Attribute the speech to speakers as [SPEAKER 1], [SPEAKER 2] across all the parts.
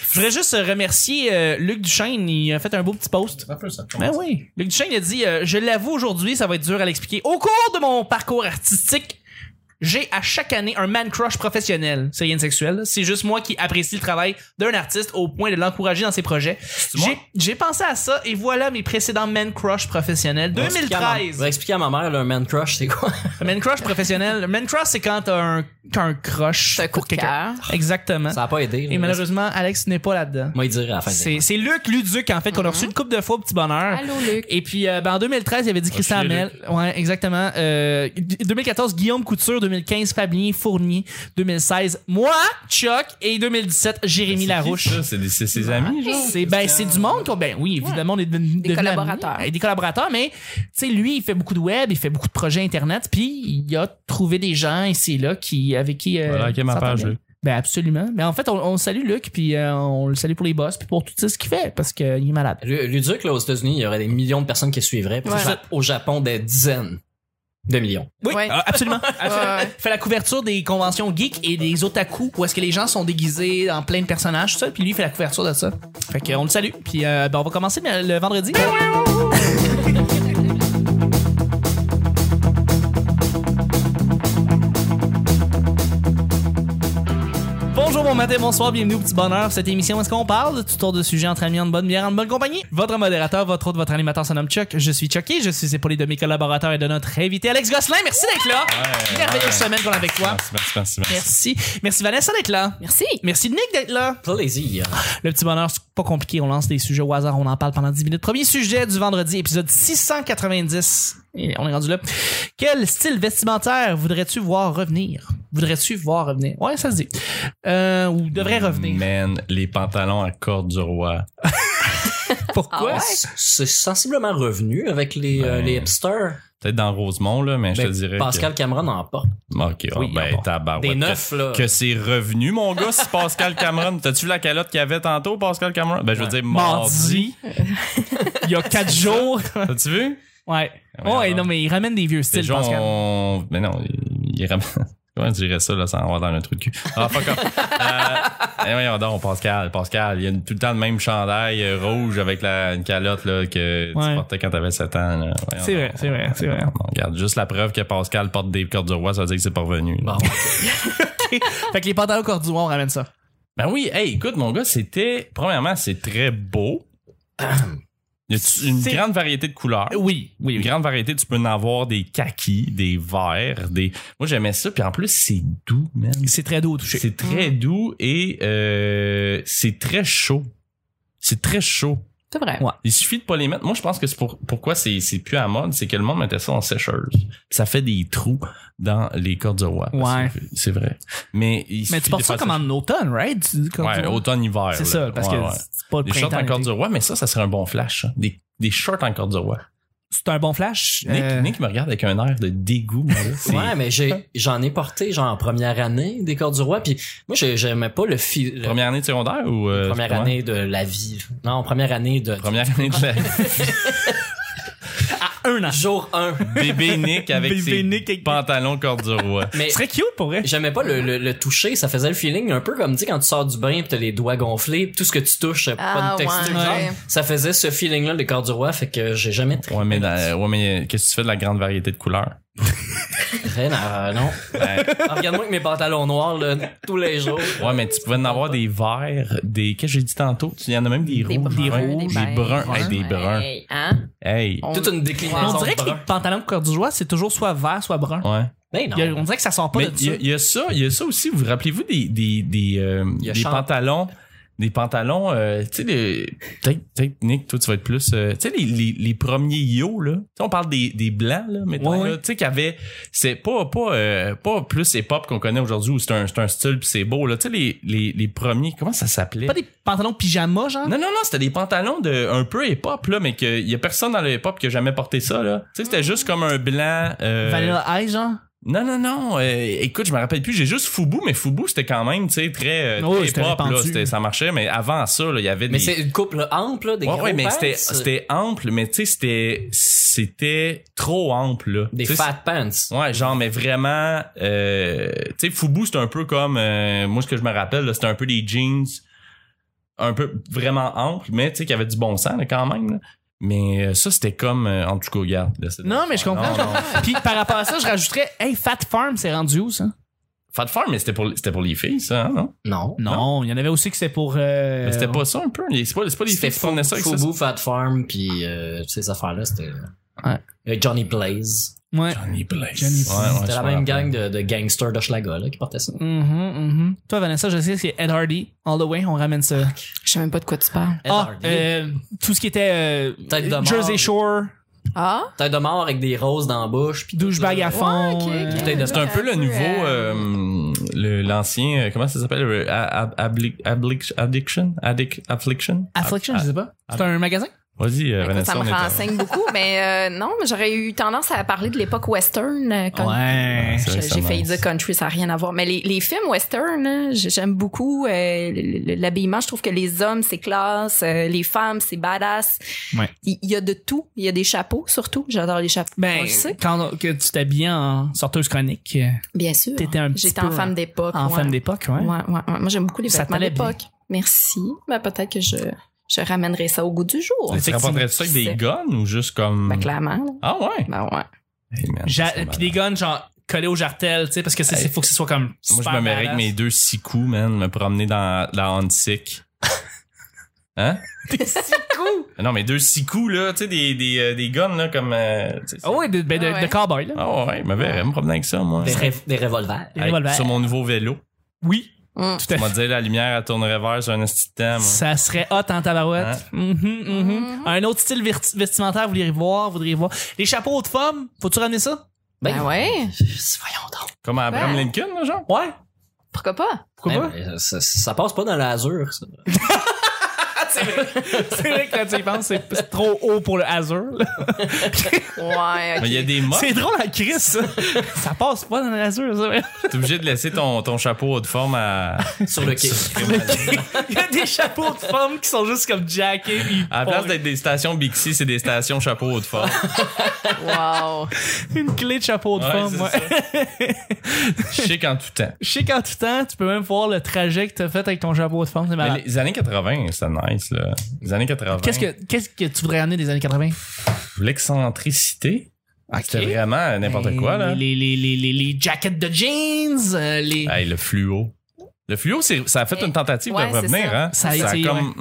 [SPEAKER 1] Je voudrais juste remercier euh, Luc Duchesne. Il a fait un beau petit post.
[SPEAKER 2] un peu ça.
[SPEAKER 3] Ah
[SPEAKER 1] Ben oui. Luc Duchesne a dit euh, Je l'avoue aujourd'hui, ça va être dur à l'expliquer. Au cours de mon parcours artistique, j'ai à chaque année un man crush professionnel. C'est rien de sexuel. là. C'est juste moi qui apprécie le travail d'un artiste au point de l'encourager dans ses projets.
[SPEAKER 3] moi?
[SPEAKER 1] J'ai- J'ai pensé à ça et voilà mes précédents man crush professionnels.
[SPEAKER 3] On va expliquer à ma- On
[SPEAKER 1] 2013.
[SPEAKER 3] va expliquer à ma mère, là, un man crush, c'est quoi?
[SPEAKER 1] Man crush professionnel. Le Man crush, c'est quand t'as un, t'as un crush.
[SPEAKER 4] T'as un coup de
[SPEAKER 1] pour quelqu'un. Exactement.
[SPEAKER 3] Ça a pas aidé. là.
[SPEAKER 1] Et malheureusement, Alex n'est pas là-dedans.
[SPEAKER 3] Moi, il dirait à la fin.
[SPEAKER 1] C'est c'est Luc Luduc, en fait, qu'on a reçu une coupe de fois au petit bonheur.
[SPEAKER 4] Mhm. Allô, Luc.
[SPEAKER 1] Et puis, euh, ben, en 2013, il avait dit Christian
[SPEAKER 2] chier,
[SPEAKER 1] Hamel. Ouais, exactement. Euh, 2014, Guillaume Couture. 2015, Fabien Fournier. 2016, moi, Chuck. Et 2017, Jérémy Larouche.
[SPEAKER 2] Ça, c'est des- c'est ses amis, genre.
[SPEAKER 1] C'est ben c'est du monde qu'on- ben oui évidemment on est devenu- devenu amis.
[SPEAKER 4] collaborateurs.
[SPEAKER 1] Euh, des collaborateurs mais tu sais lui il fait beaucoup de web il fait beaucoup de projets internet puis il a trouvé des gens ici et là qui avec qui euh,
[SPEAKER 2] Voilà, qui est ma
[SPEAKER 1] s'entendait.
[SPEAKER 2] page, Luc.
[SPEAKER 1] ben absolument mais en fait on, on salue Luc puis euh, on le salue pour les boss puis pour tout ça, ce qu'il fait parce qu'il est malade
[SPEAKER 3] Lu- Luduc, là, aux États-Unis, il y aurait des millions de personnes qui suivraient. Puis
[SPEAKER 4] Ouais.
[SPEAKER 3] au Ja- Au Japon, des dizaines de millions.
[SPEAKER 1] oui
[SPEAKER 4] Ouais.
[SPEAKER 1] euh, absolument
[SPEAKER 4] Ouais, ouais.
[SPEAKER 1] Il fait la couverture des conventions geeks et des otaku où est-ce que les gens sont déguisés en plein de personnages tout ça puis lui il fait la couverture de ça fait qu'on le salue puis euh, ben, on va commencer mais, le vendredi Bonjour, bon matin, bonsoir, bienvenue au Petit Bonheur. Cette émission, où est-ce qu'on parle de tout tour de sujet entre amis, en bonne bière, en bonne compagnie? Votre modérateur, votre autre, votre animateur, son nom Chuck. Je suis Chucky, je suis épaulé de mes collaborateurs et de notre invité Alex Gosselin. Merci d'être là.
[SPEAKER 2] Ouais,
[SPEAKER 1] Merveilleuse
[SPEAKER 2] ouais.
[SPEAKER 1] semaine qu'on a avec toi.
[SPEAKER 2] Merci, merci, merci, merci.
[SPEAKER 1] Merci. Merci Vanessa d'être là.
[SPEAKER 4] Merci.
[SPEAKER 1] Merci Nick d'être là.
[SPEAKER 3] Plaisir.
[SPEAKER 1] Le petit bonheur, c'est pas compliqué. On lance des sujets au hasard, on en parle pendant 10 minutes. Premier sujet du vendredi, épisode 690. Et on est rendu là. Quel style vestimentaire voudrais-tu voir revenir? Voudrais-tu voir revenir? Ouais, ça se dit. Euh, ou devrait revenir.
[SPEAKER 2] Man, les pantalons à corde du roi.
[SPEAKER 1] Pourquoi?
[SPEAKER 3] C'est- C'est sensiblement revenu avec les, euh,
[SPEAKER 2] Ouais.
[SPEAKER 3] les hipsters.
[SPEAKER 2] Peut-être dans Rosemont, là, mais Ben, je
[SPEAKER 3] Ben,
[SPEAKER 2] te dirais.
[SPEAKER 3] Pascal Cameron en porte.
[SPEAKER 2] Que... Ok, oh,
[SPEAKER 3] Oui, ah,
[SPEAKER 2] ben,
[SPEAKER 3] bon.
[SPEAKER 2] tabarouette.
[SPEAKER 3] Des
[SPEAKER 2] Que-
[SPEAKER 3] neufs, là.
[SPEAKER 2] Que c'est revenu, mon gars, si Pascal Cameron. T'as-tu vu la calotte qu'il y avait tantôt, Pascal Cameron? Ben, je veux
[SPEAKER 3] Ouais.
[SPEAKER 2] dire, mardi.
[SPEAKER 1] Mardi. Il y a 4 jours.
[SPEAKER 2] T'as-tu vu?
[SPEAKER 1] Ouais.
[SPEAKER 2] Ouais,
[SPEAKER 1] Ouais,
[SPEAKER 2] non.
[SPEAKER 1] non, mais il ramène des vieux
[SPEAKER 2] Les
[SPEAKER 1] styles,
[SPEAKER 2] gens
[SPEAKER 1] Pascal.
[SPEAKER 2] ont- Mais non, il il ramène. Comment je dirais ça, là, sans avoir dans le trou de cul? Ah, fuck off. euh, eh, voyons donc, Pascal, Pascal, il y a tout le temps le même chandail euh, rouge avec la, une calotte, là, que
[SPEAKER 1] Ouais.
[SPEAKER 2] tu portais quand t'avais 7 ans, là. Voyons
[SPEAKER 1] C'est
[SPEAKER 2] donc.
[SPEAKER 1] vrai, c'est vrai, c'est vrai.
[SPEAKER 2] On regarde juste la preuve que Pascal porte des cordes du roi, ça veut dire que c'est pas revenu. là.
[SPEAKER 3] Bon.
[SPEAKER 1] fait que les pantalons cordurois, on ramène ça.
[SPEAKER 2] Ben oui, hey, écoute, mon gars, c'était. Premièrement, c'est très beau. Il y a une
[SPEAKER 1] C'est-
[SPEAKER 2] grande variété de couleurs.
[SPEAKER 1] Oui,
[SPEAKER 2] Une grande variété, tu peux en avoir des kakis, des verts, des. Moi, j'aimais ça, puis en plus, c'est doux, man.
[SPEAKER 1] C'est Mm. très doux au toucher.
[SPEAKER 2] C'est très doux et euh, c'est très chaud. C'est très chaud.
[SPEAKER 4] C'est vrai.
[SPEAKER 2] Il suffit de pas les mettre. Moi, je pense que c'est pour, pourquoi c'est, c'est plus à mode, c'est que le monde mettait ça en sécheuse. Puis Ça fait des trous dans les cordes de roi.
[SPEAKER 1] Ouais.
[SPEAKER 2] C'est, c'est vrai. Mais, il
[SPEAKER 1] Mais
[SPEAKER 2] suffit
[SPEAKER 1] tu portes
[SPEAKER 2] de
[SPEAKER 1] ça
[SPEAKER 2] faire
[SPEAKER 1] comme en automne, right? Du corduroy.
[SPEAKER 2] Ouais, automne-hiver.
[SPEAKER 1] C'est
[SPEAKER 2] là.
[SPEAKER 1] ça, parce
[SPEAKER 2] Ouais,
[SPEAKER 1] que
[SPEAKER 2] ouais.
[SPEAKER 1] c'est pas le
[SPEAKER 2] Des shorts en
[SPEAKER 1] printemps.
[SPEAKER 2] cordes de roi, mais ça, ça serait un bon flash. ça. Des, des shorts en cordes de roi.
[SPEAKER 1] C'est un bon flash.
[SPEAKER 2] Nick,
[SPEAKER 1] euh,
[SPEAKER 2] Nick me regarde avec un air de dégoût. moi, là. C'est-
[SPEAKER 3] Ouais, mais j'ai, j'en ai porté, genre, en première année, des cordes du roi. Puis moi, j'ai- j'aimais pas le fi- le-
[SPEAKER 2] Première année de secondaire ou... euh,
[SPEAKER 3] première
[SPEAKER 2] comment?
[SPEAKER 3] année de la vie. Non, première année de.
[SPEAKER 2] Première année de la...
[SPEAKER 1] un an.
[SPEAKER 3] Jour 1.
[SPEAKER 2] Bébé Nick avec
[SPEAKER 1] Bébé
[SPEAKER 2] ses
[SPEAKER 1] Nick avec-
[SPEAKER 2] pantalons cordes du roi.
[SPEAKER 3] Mais
[SPEAKER 1] Ce serait cute pour vrai.
[SPEAKER 3] j'aimais pas le, le, le toucher, ça faisait le feeling un peu comme tu sais quand tu sors du bain pis t'as les doigts gonflés, tout ce que tu touches, euh,
[SPEAKER 4] Ah,
[SPEAKER 3] pas de texture.
[SPEAKER 4] ouais.
[SPEAKER 3] genre. Ça faisait ce feeling-là, les cordes du roi, fait que j'ai jamais très,
[SPEAKER 2] Ouais, mais, dans- ouais, mais euh, qu'est-ce que tu fais de la grande variété de couleurs?
[SPEAKER 3] euh, non. Ah, Regarde-moi avec mes pantalons noirs, là, tous les jours.
[SPEAKER 2] Ouais, mais tu pouvais en avoir des verts, des. Qu'est-ce que j'ai dit tantôt? Il y en a même
[SPEAKER 4] Des
[SPEAKER 2] des, rouges,
[SPEAKER 4] bruns,
[SPEAKER 2] des rouges, des, bruns.
[SPEAKER 4] beiges.
[SPEAKER 2] Hey, des bruns.
[SPEAKER 4] Hey, hein?
[SPEAKER 2] Hey.
[SPEAKER 4] On-
[SPEAKER 3] Toute une déclinaison.
[SPEAKER 1] On dirait
[SPEAKER 3] de
[SPEAKER 1] que les
[SPEAKER 3] brun.
[SPEAKER 1] pantalons cordurois, c'est toujours soit vert, soit brun.
[SPEAKER 2] Ouais.
[SPEAKER 3] Ben non.
[SPEAKER 1] Il y a- on dirait que ça sort pas
[SPEAKER 2] Mais
[SPEAKER 1] de
[SPEAKER 2] il y, a-
[SPEAKER 1] ça.
[SPEAKER 2] il y a ça, il y a ça aussi. Vous, vous rappelez-vous des, des, des, euh,
[SPEAKER 3] Il y a
[SPEAKER 2] des
[SPEAKER 3] Chant-
[SPEAKER 2] pantalons? Des pantalons, euh, tu sais, des- peut-être, peut-être, Nick, toi, tu vas être plus, euh, tu sais, les, les, les premiers yo, là. Tu sais, on parle des, des blancs, là, mettons,
[SPEAKER 1] Ouais,
[SPEAKER 2] là,
[SPEAKER 1] ouais.
[SPEAKER 2] Tu sais, qu'il y avait, c'est pas, pas, euh, pas plus hip-hop qu'on connaît aujourd'hui où c'est un, c'est un style pis c'est beau, là. Tu sais, les, les, les premiers, comment ça s'appelait?
[SPEAKER 1] Pas des pantalons pyjama, genre.
[SPEAKER 2] Non, non, non, c'était des pantalons de un peu hip-hop, là, mais qu'il y a personne dans le hip-hop qui a jamais porté ça, là. Tu
[SPEAKER 1] Ah.
[SPEAKER 2] sais, c'était juste comme un blanc. euh,
[SPEAKER 1] Vanilla Ice, genre.
[SPEAKER 2] Non, non, non. euh, écoute, je me rappelle plus, j'ai juste Fubu, mais Fubu, c'était quand même, tu sais, très, euh,
[SPEAKER 1] Oui,
[SPEAKER 2] très
[SPEAKER 1] c'était
[SPEAKER 2] hip-hop, là.
[SPEAKER 1] répandu.
[SPEAKER 2] C'était- Ça marchait, mais avant ça, là, il y avait
[SPEAKER 3] Mais
[SPEAKER 2] des.
[SPEAKER 3] c'est une couple ample, là, des
[SPEAKER 2] Ouais,
[SPEAKER 3] gros
[SPEAKER 2] ouais, mais
[SPEAKER 3] pants,
[SPEAKER 2] c'était,
[SPEAKER 3] c'est-
[SPEAKER 2] c'était ample, mais tu sais, c'était, c'était trop ample, là.
[SPEAKER 3] euh, Des
[SPEAKER 2] Tu sais,
[SPEAKER 3] fat pants.
[SPEAKER 2] Ouais, genre, mais vraiment, euh, tu sais, Fubu, c'est un peu comme, euh, moi, ce que je me rappelle, là, c'était un peu des jeans un peu vraiment ample, mais tu sais, qui avait du bon sens là, quand même. là. Mais euh, ça, c'était comme, euh, en tout cas, regarde. là, c'est-
[SPEAKER 1] Non, mais je comprends.
[SPEAKER 2] Non, non.
[SPEAKER 1] Puis par rapport à ça, je rajouterais, hey, Fat Farm, c'est rendu où ça?
[SPEAKER 2] Fat Farm, mais c'était pour, c'était pour les filles, ça, hein, non?
[SPEAKER 3] Non.
[SPEAKER 1] Non, il y en avait aussi que c'est pour. euh,
[SPEAKER 2] Mais c'était pas ça un peu? Les- C'est pas, c'est pas les filles qui prenaient ça avec ça?
[SPEAKER 3] Fubu, Fat Farm, puis euh, ces affaires-là, c'était.
[SPEAKER 1] Ouais.
[SPEAKER 3] Euh, Johnny Blaze.
[SPEAKER 1] Ouais.
[SPEAKER 2] Johnny Blaze.
[SPEAKER 1] Johnny
[SPEAKER 2] Ouais, ouais,
[SPEAKER 3] C'était
[SPEAKER 2] je
[SPEAKER 3] la
[SPEAKER 2] me
[SPEAKER 3] même gang
[SPEAKER 2] rappelle.
[SPEAKER 3] de, de gangsters d'Hochelaga là, qui portait ça.
[SPEAKER 1] Mhm, mhm. Toi, Vanessa, je sais que c'est Ed Hardy, All the Way, on ramène ça.
[SPEAKER 4] Je sais même pas de quoi tu parles.
[SPEAKER 3] Ed
[SPEAKER 1] ah,
[SPEAKER 3] Hardy.
[SPEAKER 1] euh, tout ce qui était euh,
[SPEAKER 3] Tête de mort.
[SPEAKER 1] Jersey Shore,
[SPEAKER 4] Ah?
[SPEAKER 3] Tête de mort avec des roses dans la bouche. Puis
[SPEAKER 1] douchebag à
[SPEAKER 3] Ouais,
[SPEAKER 1] fond.
[SPEAKER 4] ok, ok.
[SPEAKER 1] euh,
[SPEAKER 3] Putain, de-
[SPEAKER 2] C'est un peu le nouveau, euh, le- l'ancien, euh, comment ça s'appelle? euh, a- a- abli- abli- Addiction? Addic- Affliction?
[SPEAKER 1] Affliction,
[SPEAKER 2] Ah,
[SPEAKER 1] je sais pas. C'est un magasin?
[SPEAKER 2] Vas-y, euh,
[SPEAKER 4] Écoute,
[SPEAKER 2] Vanessa.
[SPEAKER 4] ça
[SPEAKER 2] on
[SPEAKER 4] me
[SPEAKER 2] est en-
[SPEAKER 4] renseigne beaucoup, mais euh, non, mais j'aurais eu tendance à parler de l'époque western. euh, quand-
[SPEAKER 1] Ouais.
[SPEAKER 2] c'est vrai
[SPEAKER 4] J'ai
[SPEAKER 2] que ça
[SPEAKER 4] j'ai failli
[SPEAKER 2] marche.
[SPEAKER 4] dire country, ça n'a rien à voir. Mais les, les films western, hein, j'ai- j'aime beaucoup euh, le- le- l'habillement. Je trouve que les hommes, c'est classe. euh, les femmes, c'est badass.
[SPEAKER 1] Ouais.
[SPEAKER 4] Il il y a de tout. Il y a des chapeaux, surtout. J'adore les chapeaux. on
[SPEAKER 1] Ben,
[SPEAKER 4] le sait.
[SPEAKER 1] quand que tu t'habillais en sorteuse chronique, euh,
[SPEAKER 4] Bien sûr.
[SPEAKER 1] t'étais un petit
[SPEAKER 4] J'étais
[SPEAKER 1] peu euh,
[SPEAKER 4] en femme d'époque.
[SPEAKER 1] en
[SPEAKER 4] ouais.
[SPEAKER 1] femme d'époque, ouais.
[SPEAKER 4] Ouais, ouais, ouais. Moi, j'aime beaucoup les
[SPEAKER 1] Ça
[SPEAKER 4] vêtements
[SPEAKER 1] t'allait bien.
[SPEAKER 4] d'époque. Merci. Ben, peut-être que je, je ramènerai ça au goût du jour.
[SPEAKER 2] Mais Tu rapporterais ça avec des guns ou juste comme.
[SPEAKER 4] Ben, clairement. là.
[SPEAKER 2] Ah ouais?
[SPEAKER 4] Ben, ouais.
[SPEAKER 2] Hey, man,
[SPEAKER 1] Ja- euh,
[SPEAKER 2] c'est
[SPEAKER 1] Puis des
[SPEAKER 2] malade.
[SPEAKER 1] guns, genre, collés au jartel, tu sais, parce que c'est, c'est- faut que ce soit comme.
[SPEAKER 2] Moi, je
[SPEAKER 1] super
[SPEAKER 2] me mets avec
[SPEAKER 1] badass.
[SPEAKER 2] mes deux six coups, man, me promener dans la Hansick. Hein? Non, mais deux six coups, là, tu sais, des, des, euh, des guns, là, comme. euh, tu sais,
[SPEAKER 1] Ah ouais, de, ben, de,
[SPEAKER 4] Ah ouais.
[SPEAKER 1] de cowboy, là.
[SPEAKER 2] Ah ouais, me verrais me promener avec ça, moi.
[SPEAKER 3] Des, rev- des revolvers.
[SPEAKER 1] Les
[SPEAKER 2] Avec-
[SPEAKER 1] revolvers.
[SPEAKER 2] sur mon nouveau vélo.
[SPEAKER 1] Oui,
[SPEAKER 4] Mm.
[SPEAKER 1] tout
[SPEAKER 2] Tu
[SPEAKER 1] à
[SPEAKER 2] m'as
[SPEAKER 1] fait.
[SPEAKER 2] dit, la lumière, elle tournerait vert sur un esti de temps, moi.
[SPEAKER 1] Ça serait hot en tabarouette. Mhm, mhm. Un autre style virtu- vestimentaire, vous voudriez voir, vous voudriez voir. Les chapeaux de femmes, faut-tu ramener ça?
[SPEAKER 4] Ben, ouais.
[SPEAKER 3] Voyons donc.
[SPEAKER 2] Comme à Abraham
[SPEAKER 4] Ouais.
[SPEAKER 2] Lincoln, là, genre?
[SPEAKER 1] Ouais.
[SPEAKER 4] Pourquoi pas?
[SPEAKER 1] Pourquoi pas?
[SPEAKER 3] Eh ben, ça, ça- ça passe pas dans l'azur, ça.
[SPEAKER 1] C'est vrai que quand tu y penses, c'est c'est trop haut pour le azur. là.
[SPEAKER 4] Ouais, ok.
[SPEAKER 2] Mais il y a des modes.
[SPEAKER 1] C'est drôle la crise, ça. ça passe pas dans le azur, ça.
[SPEAKER 2] T'es obligé de laisser ton, ton chapeau de forme à.
[SPEAKER 3] Sur le quai.
[SPEAKER 1] Il y a des chapeaux de femmes qui sont juste comme jackés. puis
[SPEAKER 2] À la place d'être des stations Bixi, c'est des stations chapeau de forme.
[SPEAKER 4] Wow.
[SPEAKER 1] une clé de chapeau de
[SPEAKER 2] Ouais,
[SPEAKER 1] femme,
[SPEAKER 2] c'est
[SPEAKER 1] ouais.
[SPEAKER 2] Je sais qu'en tout temps.
[SPEAKER 1] Je sais qu'en tout temps, tu peux même voir le trajet que t'as fait avec ton chapeau de femme, c'est
[SPEAKER 2] Mais
[SPEAKER 1] malade.
[SPEAKER 2] les années 80, c'était nice, là. Les années 80.
[SPEAKER 1] Qu'est-ce que, qu'est-ce que tu voudrais amener des années 80?
[SPEAKER 2] L'excentricité. C'était vraiment n'importe
[SPEAKER 1] Ben,
[SPEAKER 2] quoi, là.
[SPEAKER 1] Les, les, les, les, les jackets de jeans, euh, les.
[SPEAKER 2] Hey, le fluo. Le fluo, c'est- ça a fait
[SPEAKER 4] Eh,
[SPEAKER 2] une tentative
[SPEAKER 4] ouais,
[SPEAKER 2] de
[SPEAKER 4] c'est
[SPEAKER 2] revenir,
[SPEAKER 4] ça.
[SPEAKER 2] hein?
[SPEAKER 1] Ça a été,
[SPEAKER 2] comme.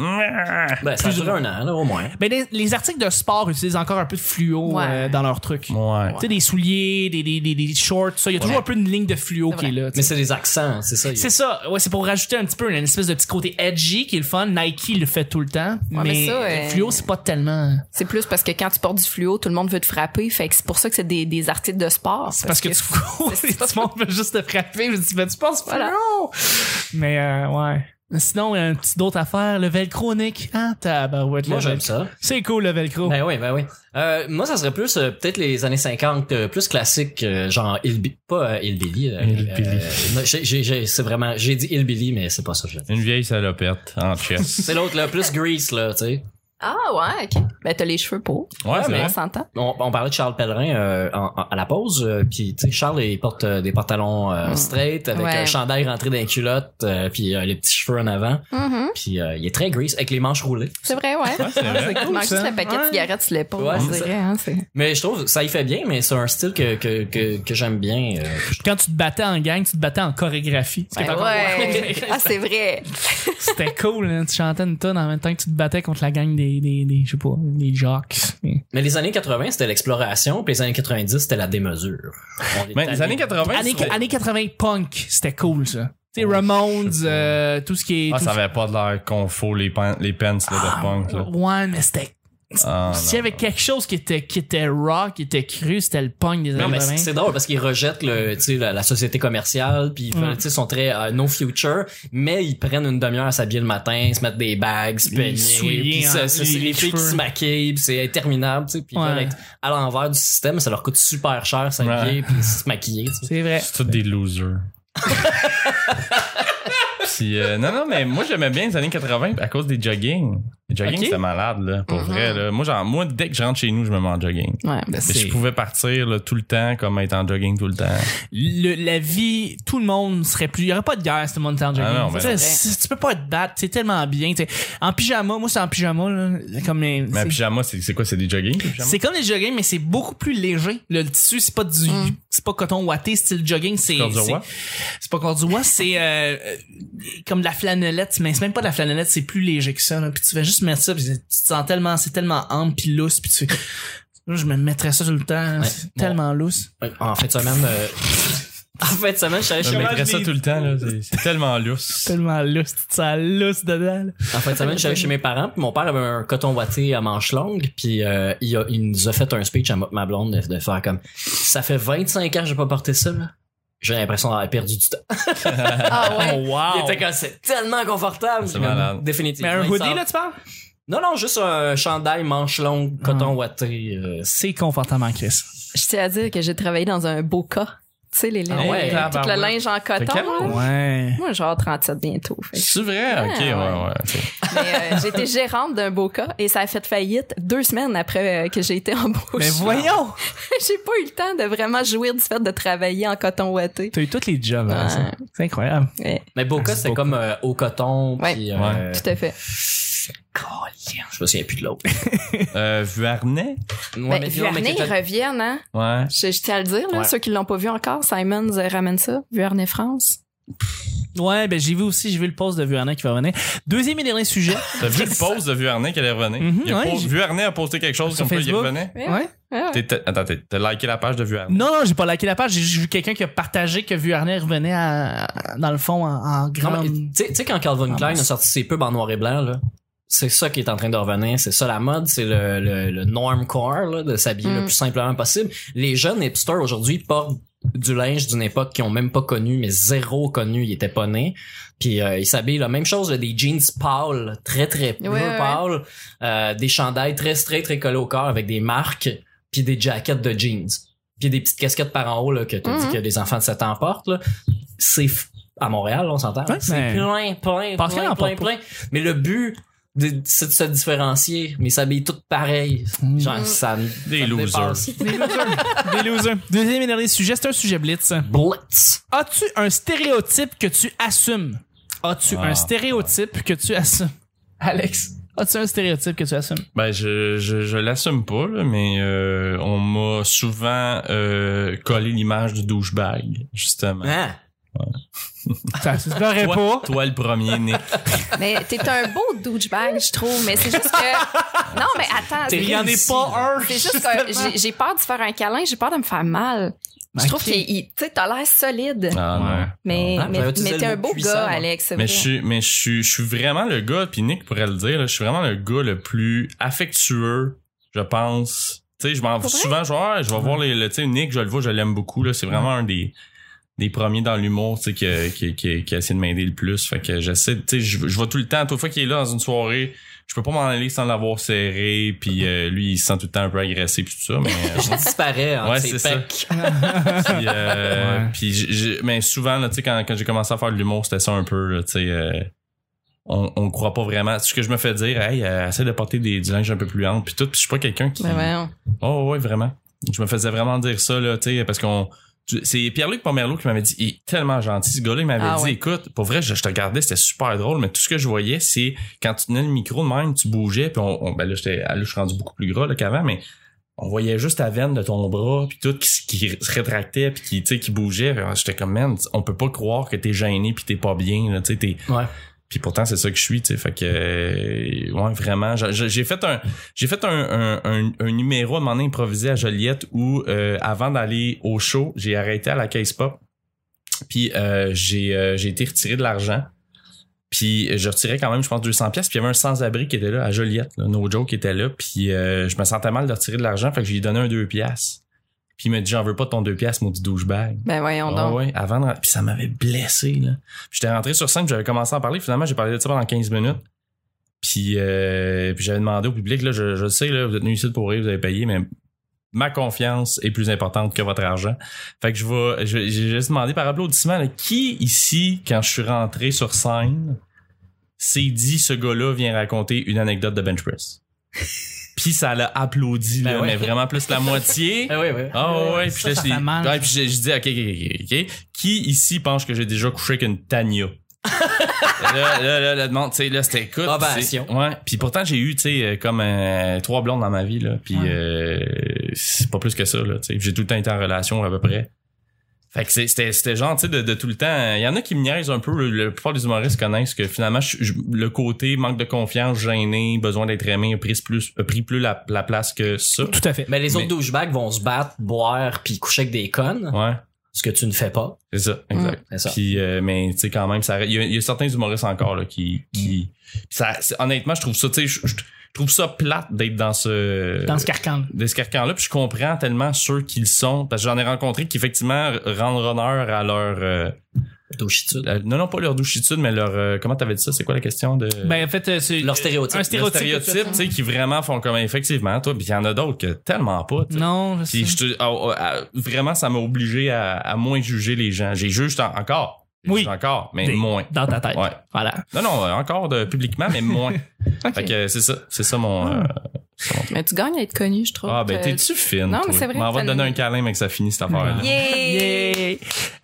[SPEAKER 3] Ben, ça a duré un an, là, au moins.
[SPEAKER 1] Ben, les, les articles de sport utilisent encore un peu de fluo
[SPEAKER 4] Ouais.
[SPEAKER 1] euh, dans leurs trucs.
[SPEAKER 2] Ouais.
[SPEAKER 1] Tu sais, des souliers, des, des, des, des shorts, ça. Il y a toujours un peu une ligne de fluo
[SPEAKER 4] C'est
[SPEAKER 1] qui est là. tu
[SPEAKER 3] Mais
[SPEAKER 1] sais.
[SPEAKER 3] c'est des accents, c'est ça.
[SPEAKER 1] C'est ça, ouais, c'est pour rajouter un petit peu une espèce de petit côté edgy qui est le fun. Nike le fait tout le temps. mais
[SPEAKER 4] Ouais, mais ça,
[SPEAKER 1] le
[SPEAKER 4] euh,
[SPEAKER 1] fluo, c'est pas tellement.
[SPEAKER 4] C'est plus parce que quand tu portes du fluo, tout le monde veut te frapper. Fait que c'est pour ça que c'est des, des articles de sport.
[SPEAKER 1] C'est parce que, tu cours
[SPEAKER 4] c'est
[SPEAKER 1] et
[SPEAKER 4] ça.
[SPEAKER 1] tout le monde veut juste te frapper. Je dis, ben, tu penses
[SPEAKER 4] Voilà.
[SPEAKER 1] fluo? Mais, euh, ouais. Sinon, un petit d'autre affaire, le velcro, Nick. Ah, tabarouette,
[SPEAKER 3] Moi,
[SPEAKER 1] le
[SPEAKER 3] j'aime
[SPEAKER 1] velcro.
[SPEAKER 3] ça.
[SPEAKER 1] C'est cool, le velcro.
[SPEAKER 3] Ben oui, ben oui. Euh, moi, ça serait plus euh, peut-être les années 50, euh, plus classique, euh, genre Hillbilly. Pas euh, Hillbilly. euh,
[SPEAKER 2] Hillbilly.
[SPEAKER 3] euh, non, j'ai- j'ai- j'ai- c'est vraiment. J'ai dit Hillbilly, mais c'est pas ça. que je veux dire.
[SPEAKER 2] Une vieille salopette en chess.
[SPEAKER 3] C'est l'autre, là, plus Grease, là, tu sais.
[SPEAKER 4] Ah ouais, ok. Ben t'as les cheveux pour.
[SPEAKER 2] Ouais, c'est
[SPEAKER 3] mais-
[SPEAKER 2] vrai.
[SPEAKER 4] On s'entend.
[SPEAKER 3] On, on parlait de Charles Pellerin euh, en- en- à la pause, euh, puis tu sais, Charles, il porte euh, des pantalons euh,
[SPEAKER 4] Mm.
[SPEAKER 3] straight avec
[SPEAKER 4] Ouais.
[SPEAKER 3] un chandail rentré dans les culottes, euh, puis euh, les petits cheveux en avant,
[SPEAKER 4] Mhm.
[SPEAKER 3] puis euh, il est très Grease avec les manches roulées.
[SPEAKER 4] C'est vrai, ouais.
[SPEAKER 2] Ouais, c'est vrai.
[SPEAKER 4] Tu manques juste le paquet de
[SPEAKER 1] Ouais.
[SPEAKER 4] cigarettes sur l'épaule,
[SPEAKER 3] Ouais,
[SPEAKER 4] on
[SPEAKER 3] c'est
[SPEAKER 4] dirait. Hein, c'est-
[SPEAKER 3] Mais je trouve ça y fait bien, mais c'est un style que, que, que, que j'aime bien. euh, que je-
[SPEAKER 1] Quand tu te battais en gang, tu te battais en chorégraphie. Ce qui est
[SPEAKER 4] Ben
[SPEAKER 1] encore-
[SPEAKER 4] ouais. ah, c'est vrai.
[SPEAKER 1] C'était cool, hein. tu chantais une tonne en même temps que tu te battais contre la gang des, des, des je sais pas, des jocks.
[SPEAKER 3] Mais les années 80, c'était l'exploration, puis les années 90, c'était la démesure. On est
[SPEAKER 2] Mais
[SPEAKER 3] allé-
[SPEAKER 2] les années 80,
[SPEAKER 1] Années,
[SPEAKER 2] c'était-
[SPEAKER 1] années 80 punk, c'était cool ça. Tu sais, Ramones, euh, tout ce qui est.
[SPEAKER 2] Ah,
[SPEAKER 1] tout
[SPEAKER 2] ça
[SPEAKER 1] ce-
[SPEAKER 2] avait pas de l'air qu'on faut les, pan- les pants là, de punk. Là.
[SPEAKER 1] Ah, Ouais, mais c'était.
[SPEAKER 2] Ah, non.
[SPEAKER 1] S'il y avait quelque chose qui était, qui était rock, qui était cru, c'était le punk des
[SPEAKER 3] Non,
[SPEAKER 1] années
[SPEAKER 3] mais c'est
[SPEAKER 1] 80.
[SPEAKER 3] c'est drôle parce qu'ils rejettent le, tu sais, la, la société commerciale, puis ils veulent-
[SPEAKER 1] Mm.
[SPEAKER 3] tu sais, sont très euh, no future, mais ils prennent une demi-heure à s'habiller le matin, se mettre des bags, se
[SPEAKER 1] Les
[SPEAKER 3] peigner,
[SPEAKER 1] souliers,
[SPEAKER 3] puis ça-
[SPEAKER 1] hein,
[SPEAKER 3] c'est
[SPEAKER 1] les
[SPEAKER 3] c'est les filles qui
[SPEAKER 1] cheveux.
[SPEAKER 3] se maquillent, puis c'est interminable, tu sais, puis ils
[SPEAKER 1] Ouais.
[SPEAKER 3] veulent être à l'envers du système, ça leur coûte super cher s'habiller, puis se maquiller. tu sais.
[SPEAKER 1] C'est vrai.
[SPEAKER 2] C'est tous des losers. Puis, euh, non, non, mais moi, j'aimais bien les années 80 à cause des jogging. Le jogging,
[SPEAKER 1] Ok. Uh-huh.
[SPEAKER 2] c'était malade, là, pour
[SPEAKER 4] Mhm.
[SPEAKER 2] vrai. Là. Moi, genre, moi, dès que je rentre chez nous, je me mets en jogging.
[SPEAKER 4] Ouais.
[SPEAKER 1] ben,
[SPEAKER 2] Et je pouvais partir là, tout le temps, comme être en jogging tout le temps.
[SPEAKER 1] le- la vie, tout le monde serait plus. Il n'y aurait pas de guerre si tout le monde était en jogging.
[SPEAKER 2] Ah non, ben
[SPEAKER 1] Tu sais,
[SPEAKER 4] non.
[SPEAKER 1] c'est- tu peux pas te battre, c'est tellement bien. tu sais. En pyjama, moi c'est en pyjama, là, comme les-
[SPEAKER 2] Mais
[SPEAKER 1] c'est-
[SPEAKER 2] en pyjama, c'est c'est quoi? C'est des jogging? les pyjamas?
[SPEAKER 1] c'est comme les jogging, mais c'est beaucoup plus léger. Le tissu, c'est pas du,
[SPEAKER 3] Mm.
[SPEAKER 1] c'est pas coton ouaté, style jogging, c'est,
[SPEAKER 2] Corduroy?
[SPEAKER 1] c'est- c'est pas corduroy, c'est euh, euh, comme de la flanellette, mais c'est même pas de la flanellette, c'est plus léger que ça. là. Puis tu vas juste mettre ça, puis tu te sens tellement, c'est tellement ample puis lousse, puis tu, fais, Là, je me mettrais ça tout le temps,
[SPEAKER 3] Ouais,
[SPEAKER 1] c'est
[SPEAKER 3] bon.
[SPEAKER 1] tellement lousse.
[SPEAKER 3] En fait, semaine, euh, en fait, semaine, je suis allé
[SPEAKER 2] Je
[SPEAKER 3] chez moi.
[SPEAKER 2] mettrais ça tout le temps, là. C'est- C'est tellement lousse.
[SPEAKER 1] Tellement lousse, tu te sens lousse dedans. là.
[SPEAKER 3] En fin de semaine, je suis allé chez mes parents, puis mon père avait un coton ouaté à manches longues, puis euh, il, a- il nous a fait un speech à mo- ma blonde de, de faire comme ça fait 25 ans que j'ai pas porté ça là. J'ai l'impression d'avoir perdu du temps.
[SPEAKER 4] Ah ouais.
[SPEAKER 3] Il était comme c'est tellement confortable.
[SPEAKER 2] C'est malade.
[SPEAKER 1] Mais
[SPEAKER 3] Définitivement.
[SPEAKER 1] un
[SPEAKER 3] il
[SPEAKER 1] hoodie,
[SPEAKER 3] sort-
[SPEAKER 1] là, tu parles?
[SPEAKER 3] Non, non, juste un chandail manche longue, coton ouaté. euh,
[SPEAKER 1] C'est confortable en Chris.
[SPEAKER 4] Je tiens à dire que j'ai travaillé dans un beau cas. Tu sais, les,
[SPEAKER 3] Ah ouais,
[SPEAKER 4] les- tout le
[SPEAKER 2] tabarouette.
[SPEAKER 4] linge en coton.
[SPEAKER 2] quel
[SPEAKER 4] là.
[SPEAKER 2] âge?
[SPEAKER 1] Ouais.
[SPEAKER 4] Moi, genre 37 bientôt. fait que-
[SPEAKER 2] C'est vrai?
[SPEAKER 4] Ah,
[SPEAKER 2] ok,
[SPEAKER 4] ouais.
[SPEAKER 2] ouais, ouais. ok.
[SPEAKER 4] Mais euh, j'étais gérante d'un beau cas et ça a fait faillite deux semaines après euh, que j'ai été embauchée.
[SPEAKER 1] Mais voyons!
[SPEAKER 4] j'ai pas eu le temps de vraiment jouir du fait de travailler en coton ouaté.
[SPEAKER 1] T'as eu tous les jobs, hein,
[SPEAKER 4] Ouais.
[SPEAKER 1] ça. C'est incroyable.
[SPEAKER 4] Ouais,
[SPEAKER 3] Mais Boca, c'était comme euh, au coton.
[SPEAKER 4] Ouais.
[SPEAKER 3] Puis, euh,
[SPEAKER 2] Ouais.
[SPEAKER 4] tout à fait.
[SPEAKER 3] Colin, je me souviens plus de l'autre.
[SPEAKER 2] Euh, Vuarnet?
[SPEAKER 3] Ouais, mais
[SPEAKER 4] Mais ben,
[SPEAKER 3] non, mais
[SPEAKER 4] Vuarnet,
[SPEAKER 3] t'étais-
[SPEAKER 4] ils reviennent, hein?
[SPEAKER 2] Ouais.
[SPEAKER 4] Je, je tiens à le dire, là,
[SPEAKER 3] Ouais.
[SPEAKER 4] ceux qui l'ont pas vu encore, Simons euh, ramène ça, Vuarnet France.
[SPEAKER 1] Ouais, ben j'ai vu aussi, j'ai vu le post de Vuarnet qui va revenir. Deuxième et dernier sujet.
[SPEAKER 2] T'as vu le post de Vuarnet qu'elle est revenue?
[SPEAKER 1] Mhm,
[SPEAKER 2] Il a
[SPEAKER 1] ouais,
[SPEAKER 2] pos-
[SPEAKER 1] j'ai-
[SPEAKER 2] Vuarnet a posté quelque chose
[SPEAKER 1] Sur
[SPEAKER 2] comme quoi il
[SPEAKER 1] Facebook.
[SPEAKER 2] revenait?
[SPEAKER 4] Ouais.
[SPEAKER 1] Ouais.
[SPEAKER 4] Ah,
[SPEAKER 2] T'es- t'as- Attends, t'es- t'as liké la page de Vuarnet?
[SPEAKER 1] Non, non, j'ai pas liké la page. J'ai juste vu quelqu'un qui a partagé que Vuarnet revenait à- dans le fond en, en
[SPEAKER 3] Non,
[SPEAKER 1] grand.
[SPEAKER 3] mais tu sais- tu sais, quand Calvin
[SPEAKER 1] Ah,
[SPEAKER 3] Klein a
[SPEAKER 1] mince.
[SPEAKER 3] sorti ses pubs en noir et blanc, là, c'est ça qui est en train de revenir, c'est ça la mode, c'est le, le, le normcore, là, de s'habiller
[SPEAKER 4] Mm.
[SPEAKER 3] le plus simplement possible. Les jeunes hipsters aujourd'hui portent du linge d'une époque qu'ils ont même pas connu, mais zéro connu, ils étaient pas nés. Puis euh, ils s'habillent la même chose, là, des jeans pâles, très très bleus
[SPEAKER 4] Ouais, ouais, ouais.
[SPEAKER 3] pâles, euh, des chandails très straight, très collés au corps avec des marques, puis des jackets de jeans, puis des petites casquettes par en haut là, que tu
[SPEAKER 4] Mhm.
[SPEAKER 3] dis que les enfants de 7 ans portent. Là. C'est f- à Montréal, on s'entend.
[SPEAKER 1] Ouais,
[SPEAKER 3] c'est
[SPEAKER 1] mais-
[SPEAKER 3] plein, plein,
[SPEAKER 1] Parce qu'il en
[SPEAKER 3] plein, plein,
[SPEAKER 1] porte
[SPEAKER 3] plein. Mais le but, de- c'est de se différencier, mais ils s'habillent tous pareil.
[SPEAKER 1] Mm.
[SPEAKER 3] Genre, ça me-
[SPEAKER 2] Des
[SPEAKER 3] ça me
[SPEAKER 2] losers.
[SPEAKER 3] dépasse.
[SPEAKER 1] Des losers. Des losers. Deuxième et dernier sujet, c'est un sujet blitz.
[SPEAKER 3] Blitz.
[SPEAKER 1] As-tu un stéréotype que tu assumes? As-tu
[SPEAKER 2] Ah.
[SPEAKER 1] un stéréotype que tu assumes? Alex, as-tu un stéréotype que tu assumes?
[SPEAKER 2] Ben, je, je, je l'assume pas, là, mais euh, on m'a souvent euh, collé l'image du douchebag, justement.
[SPEAKER 3] Hein?
[SPEAKER 1] Ça se ferait
[SPEAKER 2] Toi,
[SPEAKER 1] pas.
[SPEAKER 2] toi le premier, Nick.
[SPEAKER 4] Mais t'es un beau douchebag, je trouve, mais c'est juste que... Non, mais attends,
[SPEAKER 1] Il y en est pas un.
[SPEAKER 4] C'est juste que j'ai- j'ai peur de se faire un câlin, j'ai peur de me faire mal. Je trouve
[SPEAKER 1] Ok.
[SPEAKER 4] que tu sais, t'as l'air solide.
[SPEAKER 2] Ah,
[SPEAKER 1] Ouais.
[SPEAKER 2] non.
[SPEAKER 4] Mais,
[SPEAKER 3] Ah,
[SPEAKER 4] mais,
[SPEAKER 3] j'avais utilisé
[SPEAKER 4] mais t'es
[SPEAKER 3] le
[SPEAKER 4] un
[SPEAKER 3] mot
[SPEAKER 4] beau
[SPEAKER 3] puissant,
[SPEAKER 4] gars,
[SPEAKER 3] moi.
[SPEAKER 4] Alex. c'est
[SPEAKER 2] Mais
[SPEAKER 4] vrai.
[SPEAKER 2] je suis, mais je suis, je suis vraiment le gars, puis Nick pourrait le dire, là, je suis vraiment le gars le plus affectueux, je pense. Tu sais, je m'en
[SPEAKER 4] Pour vrai?
[SPEAKER 2] souvent, je vais, ah, je vais voir les, le- tu sais, Nick, je le vois, je l'aime beaucoup, là, c'est vraiment un des, des premiers dans l'humour, tu sais, qui, a- qui, qui, qui a essayé de m'aider le plus. Fait que j'essaie, tu sais, je, je vois tout le temps, toute fois qu'il est là dans une soirée, je peux pas m'en aller sans l'avoir serré, puis euh, lui, il se sent tout le temps un peu agressé, puis tout ça, mais... euh,
[SPEAKER 3] Je disparais hein, entre
[SPEAKER 2] Ouais,
[SPEAKER 3] ses
[SPEAKER 2] c'est
[SPEAKER 3] pecs.
[SPEAKER 2] puis, euh,
[SPEAKER 1] Ouais.
[SPEAKER 2] puis j- j- mais souvent là, tu sais, quand, quand j'ai commencé à faire de l'humour c'était ça un peu là, tu sais, euh, on on croit pas vraiment ce que je me fais dire hey euh, essaie de porter des du linge un peu plus ample puis tout puis je suis pas quelqu'un qui
[SPEAKER 4] Mais Ben voyons.
[SPEAKER 2] oh ouais vraiment je me faisais vraiment dire ça là tu sais parce qu'on tu- c'est Pierre-Luc Pomerleau qui m'avait dit il est tellement gentil ce gars-là il m'avait
[SPEAKER 4] Ah
[SPEAKER 2] dit
[SPEAKER 4] ouais.
[SPEAKER 2] écoute pour vrai je, je te regardais c'était super drôle mais tout ce que je voyais c'est quand tu tenais le micro de même tu bougeais puis on, on- ben là j'étais là, je suis rendu beaucoup plus gras là, qu'avant mais on voyait juste ta veine de ton bras puis tout qui, se- qui se rétractait puis qui tu sais qui bougeait Puis, ah, j'étais comme man on peut pas croire que t'es gêné puis t'es pas bien là tu sais t'es
[SPEAKER 3] Ouais.
[SPEAKER 2] puis pourtant c'est ça que je suis tu sais fait que euh, ouais vraiment j'a- j'a- j'ai fait un j'ai fait un, un, un, un numéro à un moment donné improvisé à Joliette où euh, avant d'aller au show j'ai arrêté à la caisse pop puis euh, j'ai euh, j'ai été retiré de l'argent puis je retirais quand même, je pense, 200 pièces. Puis il y avait un sans-abri qui était là à Joliette, là, No Joe qui était là. Puis euh, je me sentais mal de retirer de l'argent, fait que j'ai donné un 2 pièces. Puis il m'a dit, j'en veux pas ton 2 pièces, maudit douchebag.
[SPEAKER 4] Ben voyons
[SPEAKER 2] Ah
[SPEAKER 4] donc.
[SPEAKER 2] ouais, avant de- Puis ça m'avait blessé, là. Puis j'étais rentré sur scène, puis j'avais commencé à en parler. Finalement, j'ai parlé de ça pendant 15 minutes. Puis, euh, puis j'avais demandé au public, là, je, je le sais, là, vous êtes venus ici pour rire, vous avez payé, mais ma confiance est plus importante que votre argent. Fait que je vais, je- j'ai juste demandé par applaudissement, là, qui ici, quand je suis rentré sur scène, c'est dit ce gars-là vient raconter une anecdote de bench press. Puis ça l'a applaudi,
[SPEAKER 3] Ben
[SPEAKER 2] là,
[SPEAKER 3] ouais.
[SPEAKER 2] mais vraiment plus la moitié.
[SPEAKER 3] Ah oui, oui.
[SPEAKER 2] Ah ouais, ouais,
[SPEAKER 1] Ça,
[SPEAKER 2] puis là,
[SPEAKER 1] ça
[SPEAKER 2] je-
[SPEAKER 1] fait mal.
[SPEAKER 2] ouais, puis je, je dis, ok, ok, ok, ok, ok. Qui ici pense que j'ai déjà couché avec une Tania? là, là, là, la demande, tu sais, là, c'était écoute.
[SPEAKER 3] Ovation.
[SPEAKER 2] c'est- Ouais. Puis pourtant, j'ai eu, tu sais, euh, comme euh, trois blondes dans ma vie, là. Puis
[SPEAKER 1] Ouais.
[SPEAKER 2] euh, c'est pas plus que ça, là. Tu sais, j'ai tout le temps été en relation à peu près. Fait que c'est- c'était c'était genre, tu sais, de, de tout le temps. Il y en a qui me niaisent un peu. Le, la plupart des humoristes connaissent que finalement, je- je- le côté manque de confiance, gêné, besoin d'être aimé, a pris plus, a pris plus la, la place que ça.
[SPEAKER 1] Tout à fait.
[SPEAKER 3] Mais les autres
[SPEAKER 2] Mais-
[SPEAKER 3] douchebags vont se battre, boire, puis coucher avec des connes,
[SPEAKER 2] Ouais.
[SPEAKER 3] ce que tu ne fais pas.
[SPEAKER 2] C'est ça, exact.
[SPEAKER 3] C'est ça.
[SPEAKER 2] Puis, euh, mais tu sais, quand même, ça, il y, a- il y a certains humoristes encore là, qui. qui ça, c'est- honnêtement, je trouve ça, tu sais, je, je trouve ça plate d'être dans ce.
[SPEAKER 1] Dans ce carcan.
[SPEAKER 2] de ce carcan-là, puis je comprends tellement ceux qu'ils sont, parce que j'en ai rencontré qui effectivement rendent honneur à leur, euh,
[SPEAKER 3] Douchitude.
[SPEAKER 2] euh, non non pas leur douchitude, mais leur, euh, comment t'avais dit ça, c'est quoi la question de
[SPEAKER 1] Ben, en fait, euh, c'est.
[SPEAKER 3] Leur stéréotype.
[SPEAKER 1] Un
[SPEAKER 2] leur
[SPEAKER 1] stéréotype.
[SPEAKER 2] stéréotype, tu sais, qui vraiment font comme effectivement, toi, puis il y en a d'autres que tellement pas, tu sais.
[SPEAKER 1] Non, je sais.
[SPEAKER 2] Puis je te- ah, ah, ah, vraiment, ça m'a obligé à, à moins juger les gens. J'ai juge en- encore. J'ai
[SPEAKER 1] Oui.
[SPEAKER 2] juge encore, mais
[SPEAKER 1] Des-
[SPEAKER 2] moins.
[SPEAKER 1] Dans ta tête.
[SPEAKER 2] Ouais.
[SPEAKER 1] Voilà.
[SPEAKER 2] Non, non, euh, encore de, publiquement, mais moins.
[SPEAKER 4] Ok.
[SPEAKER 2] Fait que c'est ça. C'est ça mon. euh,
[SPEAKER 4] Mais tu gagnes à être connu, je trouve.
[SPEAKER 2] Ah, ben,
[SPEAKER 4] Euh,
[SPEAKER 2] t'es-tu fine?
[SPEAKER 4] Non, mais
[SPEAKER 2] toi?
[SPEAKER 4] c'est vrai,
[SPEAKER 2] M'en va
[SPEAKER 4] ça
[SPEAKER 2] te donner
[SPEAKER 4] nous-
[SPEAKER 2] un câlin, mais que ça finisse cette affaire-là. Ben,
[SPEAKER 4] Yeah!
[SPEAKER 1] Yay!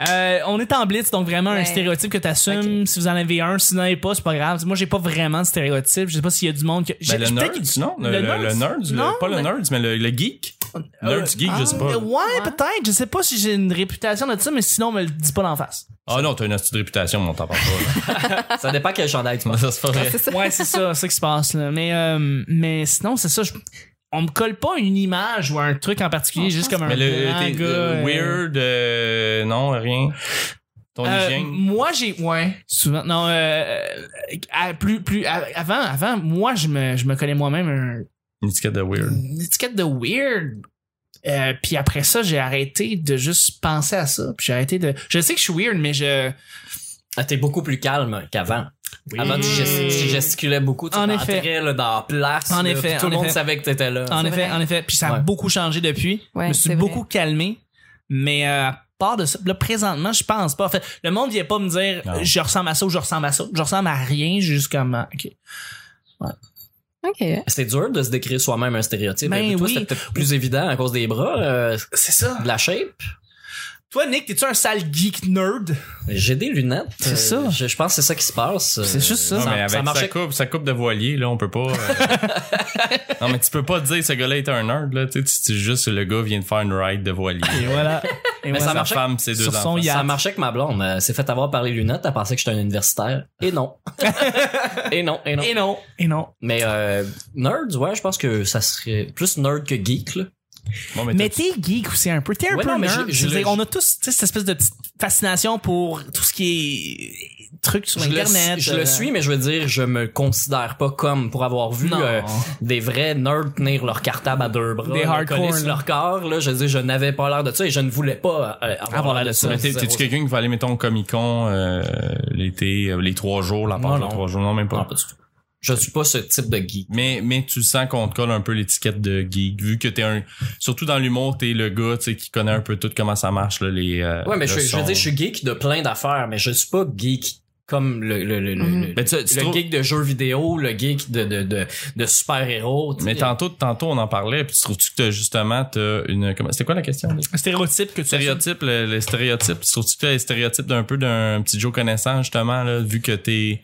[SPEAKER 1] Euh, on est en blitz, donc vraiment un
[SPEAKER 4] Ouais.
[SPEAKER 1] stéréotype que t'assumes. Si vous en avez un, si vous n'en avez pas, c'est pas grave. Moi, j'ai pas vraiment de stéréotype. Je sais pas s'il y a du monde que.
[SPEAKER 2] Ben,
[SPEAKER 1] j'ai
[SPEAKER 2] le
[SPEAKER 1] j'ai
[SPEAKER 2] nerd,
[SPEAKER 1] peut-être-
[SPEAKER 2] non?
[SPEAKER 1] le
[SPEAKER 2] Le, le- le
[SPEAKER 1] nerds?
[SPEAKER 2] nerds, le-
[SPEAKER 1] Non,
[SPEAKER 2] pas le
[SPEAKER 1] mais- oh, ah,
[SPEAKER 2] nerds, mais le, le geek. Nerds, geek, je sais pas.
[SPEAKER 1] Ouais, peut-être. Je sais pas si j'ai une réputation de ça, mais sinon, on me le dit pas d'en face.
[SPEAKER 2] Ah non, t'as une astuce de réputation, mais on t'en parle pas.
[SPEAKER 3] Ça dépend quel chandail tu
[SPEAKER 2] là.
[SPEAKER 3] portes.
[SPEAKER 2] ça, c'est pas vrai.
[SPEAKER 4] C'est ça.
[SPEAKER 1] Ouais, c'est ça, c'est ça qui se passe. Là. Mais, euh, mais sinon, c'est ça. je- On me colle pas une image ou un truc en particulier,
[SPEAKER 4] Non, je
[SPEAKER 1] juste
[SPEAKER 4] pense
[SPEAKER 1] comme un
[SPEAKER 2] Mais le,
[SPEAKER 1] grand
[SPEAKER 2] t'es-
[SPEAKER 1] gars,
[SPEAKER 2] le
[SPEAKER 1] euh,
[SPEAKER 2] weird, euh, non, rien. Ton
[SPEAKER 1] Euh,
[SPEAKER 2] hygiène.
[SPEAKER 1] moi j'ai ouais souvent non euh, euh, à- plus plus à- avant avant moi je me je me connais moi-même un-
[SPEAKER 2] Une étiquette de weird.
[SPEAKER 1] une étiquette de weird Euh, puis après ça j'ai arrêté de juste penser à ça puis j'ai arrêté de je sais que je suis weird mais je
[SPEAKER 3] Ah, T'es beaucoup plus calme qu'avant. Avant, tu, gest- tu gesticulais beaucoup. Tu
[SPEAKER 1] En
[SPEAKER 3] rentrais,
[SPEAKER 1] effet.
[SPEAKER 3] là, dans la place.
[SPEAKER 1] En
[SPEAKER 3] là,
[SPEAKER 1] effet,
[SPEAKER 3] puis Tout
[SPEAKER 1] en
[SPEAKER 3] le monde
[SPEAKER 1] effet.
[SPEAKER 3] savait que t'étais là.
[SPEAKER 1] en
[SPEAKER 4] C'est
[SPEAKER 1] effet
[SPEAKER 4] vrai.
[SPEAKER 1] en effet puis ça a
[SPEAKER 3] Ouais.
[SPEAKER 1] beaucoup changé depuis
[SPEAKER 4] Ouais,
[SPEAKER 1] je me suis
[SPEAKER 4] c'est
[SPEAKER 1] beaucoup
[SPEAKER 4] vrai.
[SPEAKER 1] calmé mais euh, à part de ça là présentement je pense pas en fait le monde vient pas me dire
[SPEAKER 2] Non.
[SPEAKER 1] je ressemble à ça ou je ressemble à ça je ressemble à rien j'ai juste comme ah, ok
[SPEAKER 4] OK.
[SPEAKER 3] C'est dur de se décrire soi-même un stéréotype.
[SPEAKER 1] Ben
[SPEAKER 3] Et toi,
[SPEAKER 1] oui.
[SPEAKER 3] c'était peut-être plus évident à cause des bras, euh,
[SPEAKER 1] c'est ça
[SPEAKER 3] de la shape.
[SPEAKER 1] toi Nick t'es-tu un sale geek nerd
[SPEAKER 3] J'ai des lunettes.
[SPEAKER 1] C'est
[SPEAKER 3] Euh,
[SPEAKER 1] ça.
[SPEAKER 3] Je, je pense que c'est ça qui se passe.
[SPEAKER 1] C'est juste ça.
[SPEAKER 2] Non, mais
[SPEAKER 3] Ça,
[SPEAKER 2] avec
[SPEAKER 3] ça
[SPEAKER 2] sa
[SPEAKER 3] marchait.
[SPEAKER 2] coupe, sa coupe de voilier, là, on peut pas. euh, non, mais tu peux pas dire ce gars-là est un nerd, là. Tu sais, tu- tu- juste le gars vient de faire une ride de voilier.
[SPEAKER 1] et voilà et voilà.
[SPEAKER 3] Mais ça
[SPEAKER 2] Sa
[SPEAKER 3] marchait
[SPEAKER 2] femme, ses deux
[SPEAKER 1] sur son
[SPEAKER 2] enfants.
[SPEAKER 1] yacht.
[SPEAKER 3] Ça marchait que ma blonde. euh, s'est fait avoir par les lunettes. Elle pensait que j'étais un universitaire. Et non. et non, et non.
[SPEAKER 1] Et non. Et non.
[SPEAKER 3] Mais euh, nerds, ouais, je pense que ça serait plus nerd que geek, là.
[SPEAKER 2] Bon, mais
[SPEAKER 1] Mais
[SPEAKER 2] t'as-
[SPEAKER 1] t'es geek aussi un peu. T'es un
[SPEAKER 3] Ouais,
[SPEAKER 1] peu
[SPEAKER 3] non, mais
[SPEAKER 1] nerd.
[SPEAKER 3] je- je
[SPEAKER 1] Je veux
[SPEAKER 3] le-
[SPEAKER 1] dire, on a tous tu sais, cette espèce de petite fascination pour tout ce qui est trucs sur
[SPEAKER 3] je
[SPEAKER 1] Internet.
[SPEAKER 3] Le, je le
[SPEAKER 1] euh,
[SPEAKER 3] suis, mais je veux dire, je me considère pas comme pour avoir vu
[SPEAKER 1] Non.
[SPEAKER 3] euh, des vrais nerds tenir leur cartable à deux bras,
[SPEAKER 1] Des
[SPEAKER 3] le coller
[SPEAKER 1] hardcore,
[SPEAKER 3] sur
[SPEAKER 1] là.
[SPEAKER 3] leur corps. Là, je veux dire, je n'avais pas l'air de ça et je ne voulais pas euh, avoir l'air de ça.
[SPEAKER 2] mais t'es- T'es-tu
[SPEAKER 3] Zéro.
[SPEAKER 2] quelqu'un qui va aller, mettons, au Comic-Con euh, l'été, euh, les trois jours, la
[SPEAKER 3] Non,
[SPEAKER 2] page de
[SPEAKER 3] non.
[SPEAKER 2] trois jours? Non, même
[SPEAKER 3] Non,
[SPEAKER 2] pas.
[SPEAKER 3] pas du tout. Je suis pas ce type de geek.
[SPEAKER 2] Mais, mais tu sens qu'on te colle un peu l'étiquette de geek, vu que t'es un. Surtout dans l'humour, t'es le gars tu sais, qui connaît un peu tout comment ça marche, là, les. euh,
[SPEAKER 3] Ouais, mais
[SPEAKER 2] le
[SPEAKER 3] je, je veux
[SPEAKER 2] son.
[SPEAKER 3] dire, je suis geek de plein d'affaires, mais je suis pas geek comme le le le, le-
[SPEAKER 1] Mm-hmm.
[SPEAKER 4] Mhm.
[SPEAKER 3] le-
[SPEAKER 2] Ben, tu- tu
[SPEAKER 3] le
[SPEAKER 2] trouves-
[SPEAKER 3] geek de jeux vidéo, le geek de de de, de super héros.
[SPEAKER 2] Mais tantôt, tantôt, on en parlait, puis tu trouves-tu que t'as justement, t'as une. comment- C'était quoi la question? déjà?
[SPEAKER 1] Un stéréotype que tu
[SPEAKER 2] Stéréotype, le, le stéréotype, tu trouves-tu que t'as les stéréotypes d'un peu d'un petit Joe connaissant, justement, là, vu que t'es.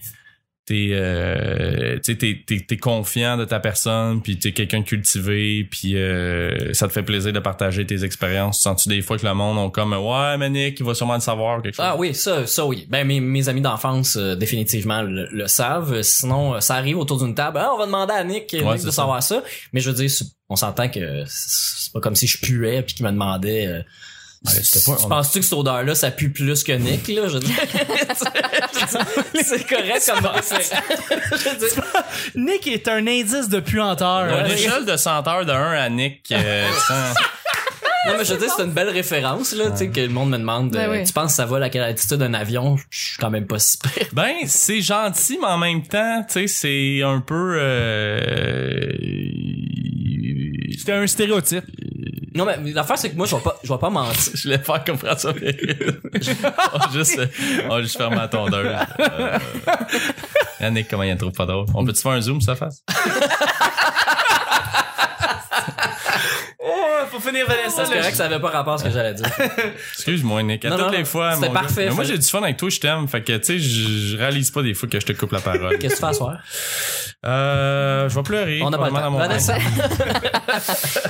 [SPEAKER 2] T'es, euh, tu sais, t'es, t'es, t'es confiant de ta personne, puis t'es quelqu'un de cultivé, puis euh, ça te fait plaisir de partager tes expériences. Sens-tu des fois que le monde ont comme ouais, mais Nick, il va sûrement le savoir ou quelque chose.
[SPEAKER 3] Ah oui, ça, ça oui. Ben mes, mes amis d'enfance euh, définitivement le, le savent. Sinon, euh, ça arrive autour d'une table. Ah, on va demander à Nick, Nick
[SPEAKER 2] c'est
[SPEAKER 3] de
[SPEAKER 2] ça.
[SPEAKER 3] savoir ça. Mais je veux dire, c'est- on s'entend que c'est pas comme si je puais puis qu'il me demandait. euh,
[SPEAKER 2] Ouais,
[SPEAKER 3] tu
[SPEAKER 2] c'était pas-
[SPEAKER 3] tu
[SPEAKER 2] on-
[SPEAKER 3] penses-tu que cette odeur-là, ça pue plus que Nick là Je veux dire, c'est correct comme
[SPEAKER 1] Nick est un indice de puanteur.
[SPEAKER 2] Une échelle de senteur de 1 à Nick, euh, sans-
[SPEAKER 3] Non, mais je veux dire, c'est une belle référence, là, tu sais, que le monde me demande,
[SPEAKER 4] Ben
[SPEAKER 3] euh,
[SPEAKER 4] oui.
[SPEAKER 3] tu penses que ça vole à quelle altitude un avion? Je suis quand même pas si près.
[SPEAKER 2] Ben, c'est gentil, mais en même temps, tu sais, c'est un peu... euh,
[SPEAKER 1] C'était un stéréotype.
[SPEAKER 3] Non, mais l'affaire, c'est que moi, je vais pas, je vais pas mentir.
[SPEAKER 2] Je voulais faire comme François Pérus. on juste, euh, on juste ferme la tondeuse. Euh, Yannick, comment il y a trop pas drôle. On peut-tu faire un zoom, sa face?
[SPEAKER 1] Oh, faut finir Vanessa,
[SPEAKER 3] C'est correct, que ça avait pas rapport à ce que j'allais dire.
[SPEAKER 2] Excuse-moi, Nick. À
[SPEAKER 3] Non,
[SPEAKER 2] toutes
[SPEAKER 3] non,
[SPEAKER 2] les
[SPEAKER 3] non,
[SPEAKER 2] fois,
[SPEAKER 3] c'était
[SPEAKER 2] mon gars.
[SPEAKER 3] parfait,
[SPEAKER 2] Mais moi,
[SPEAKER 3] fallait-
[SPEAKER 2] j'ai du fun avec toi, je t'aime. Fait que, tu sais, je je réalise pas des fois que je te coupe la parole.
[SPEAKER 3] Qu'est-ce que tu fais à soir?
[SPEAKER 2] Euh, je vais pleurer.
[SPEAKER 3] On n'a pas le temps.
[SPEAKER 2] probablement, dans mon
[SPEAKER 3] Vanessa,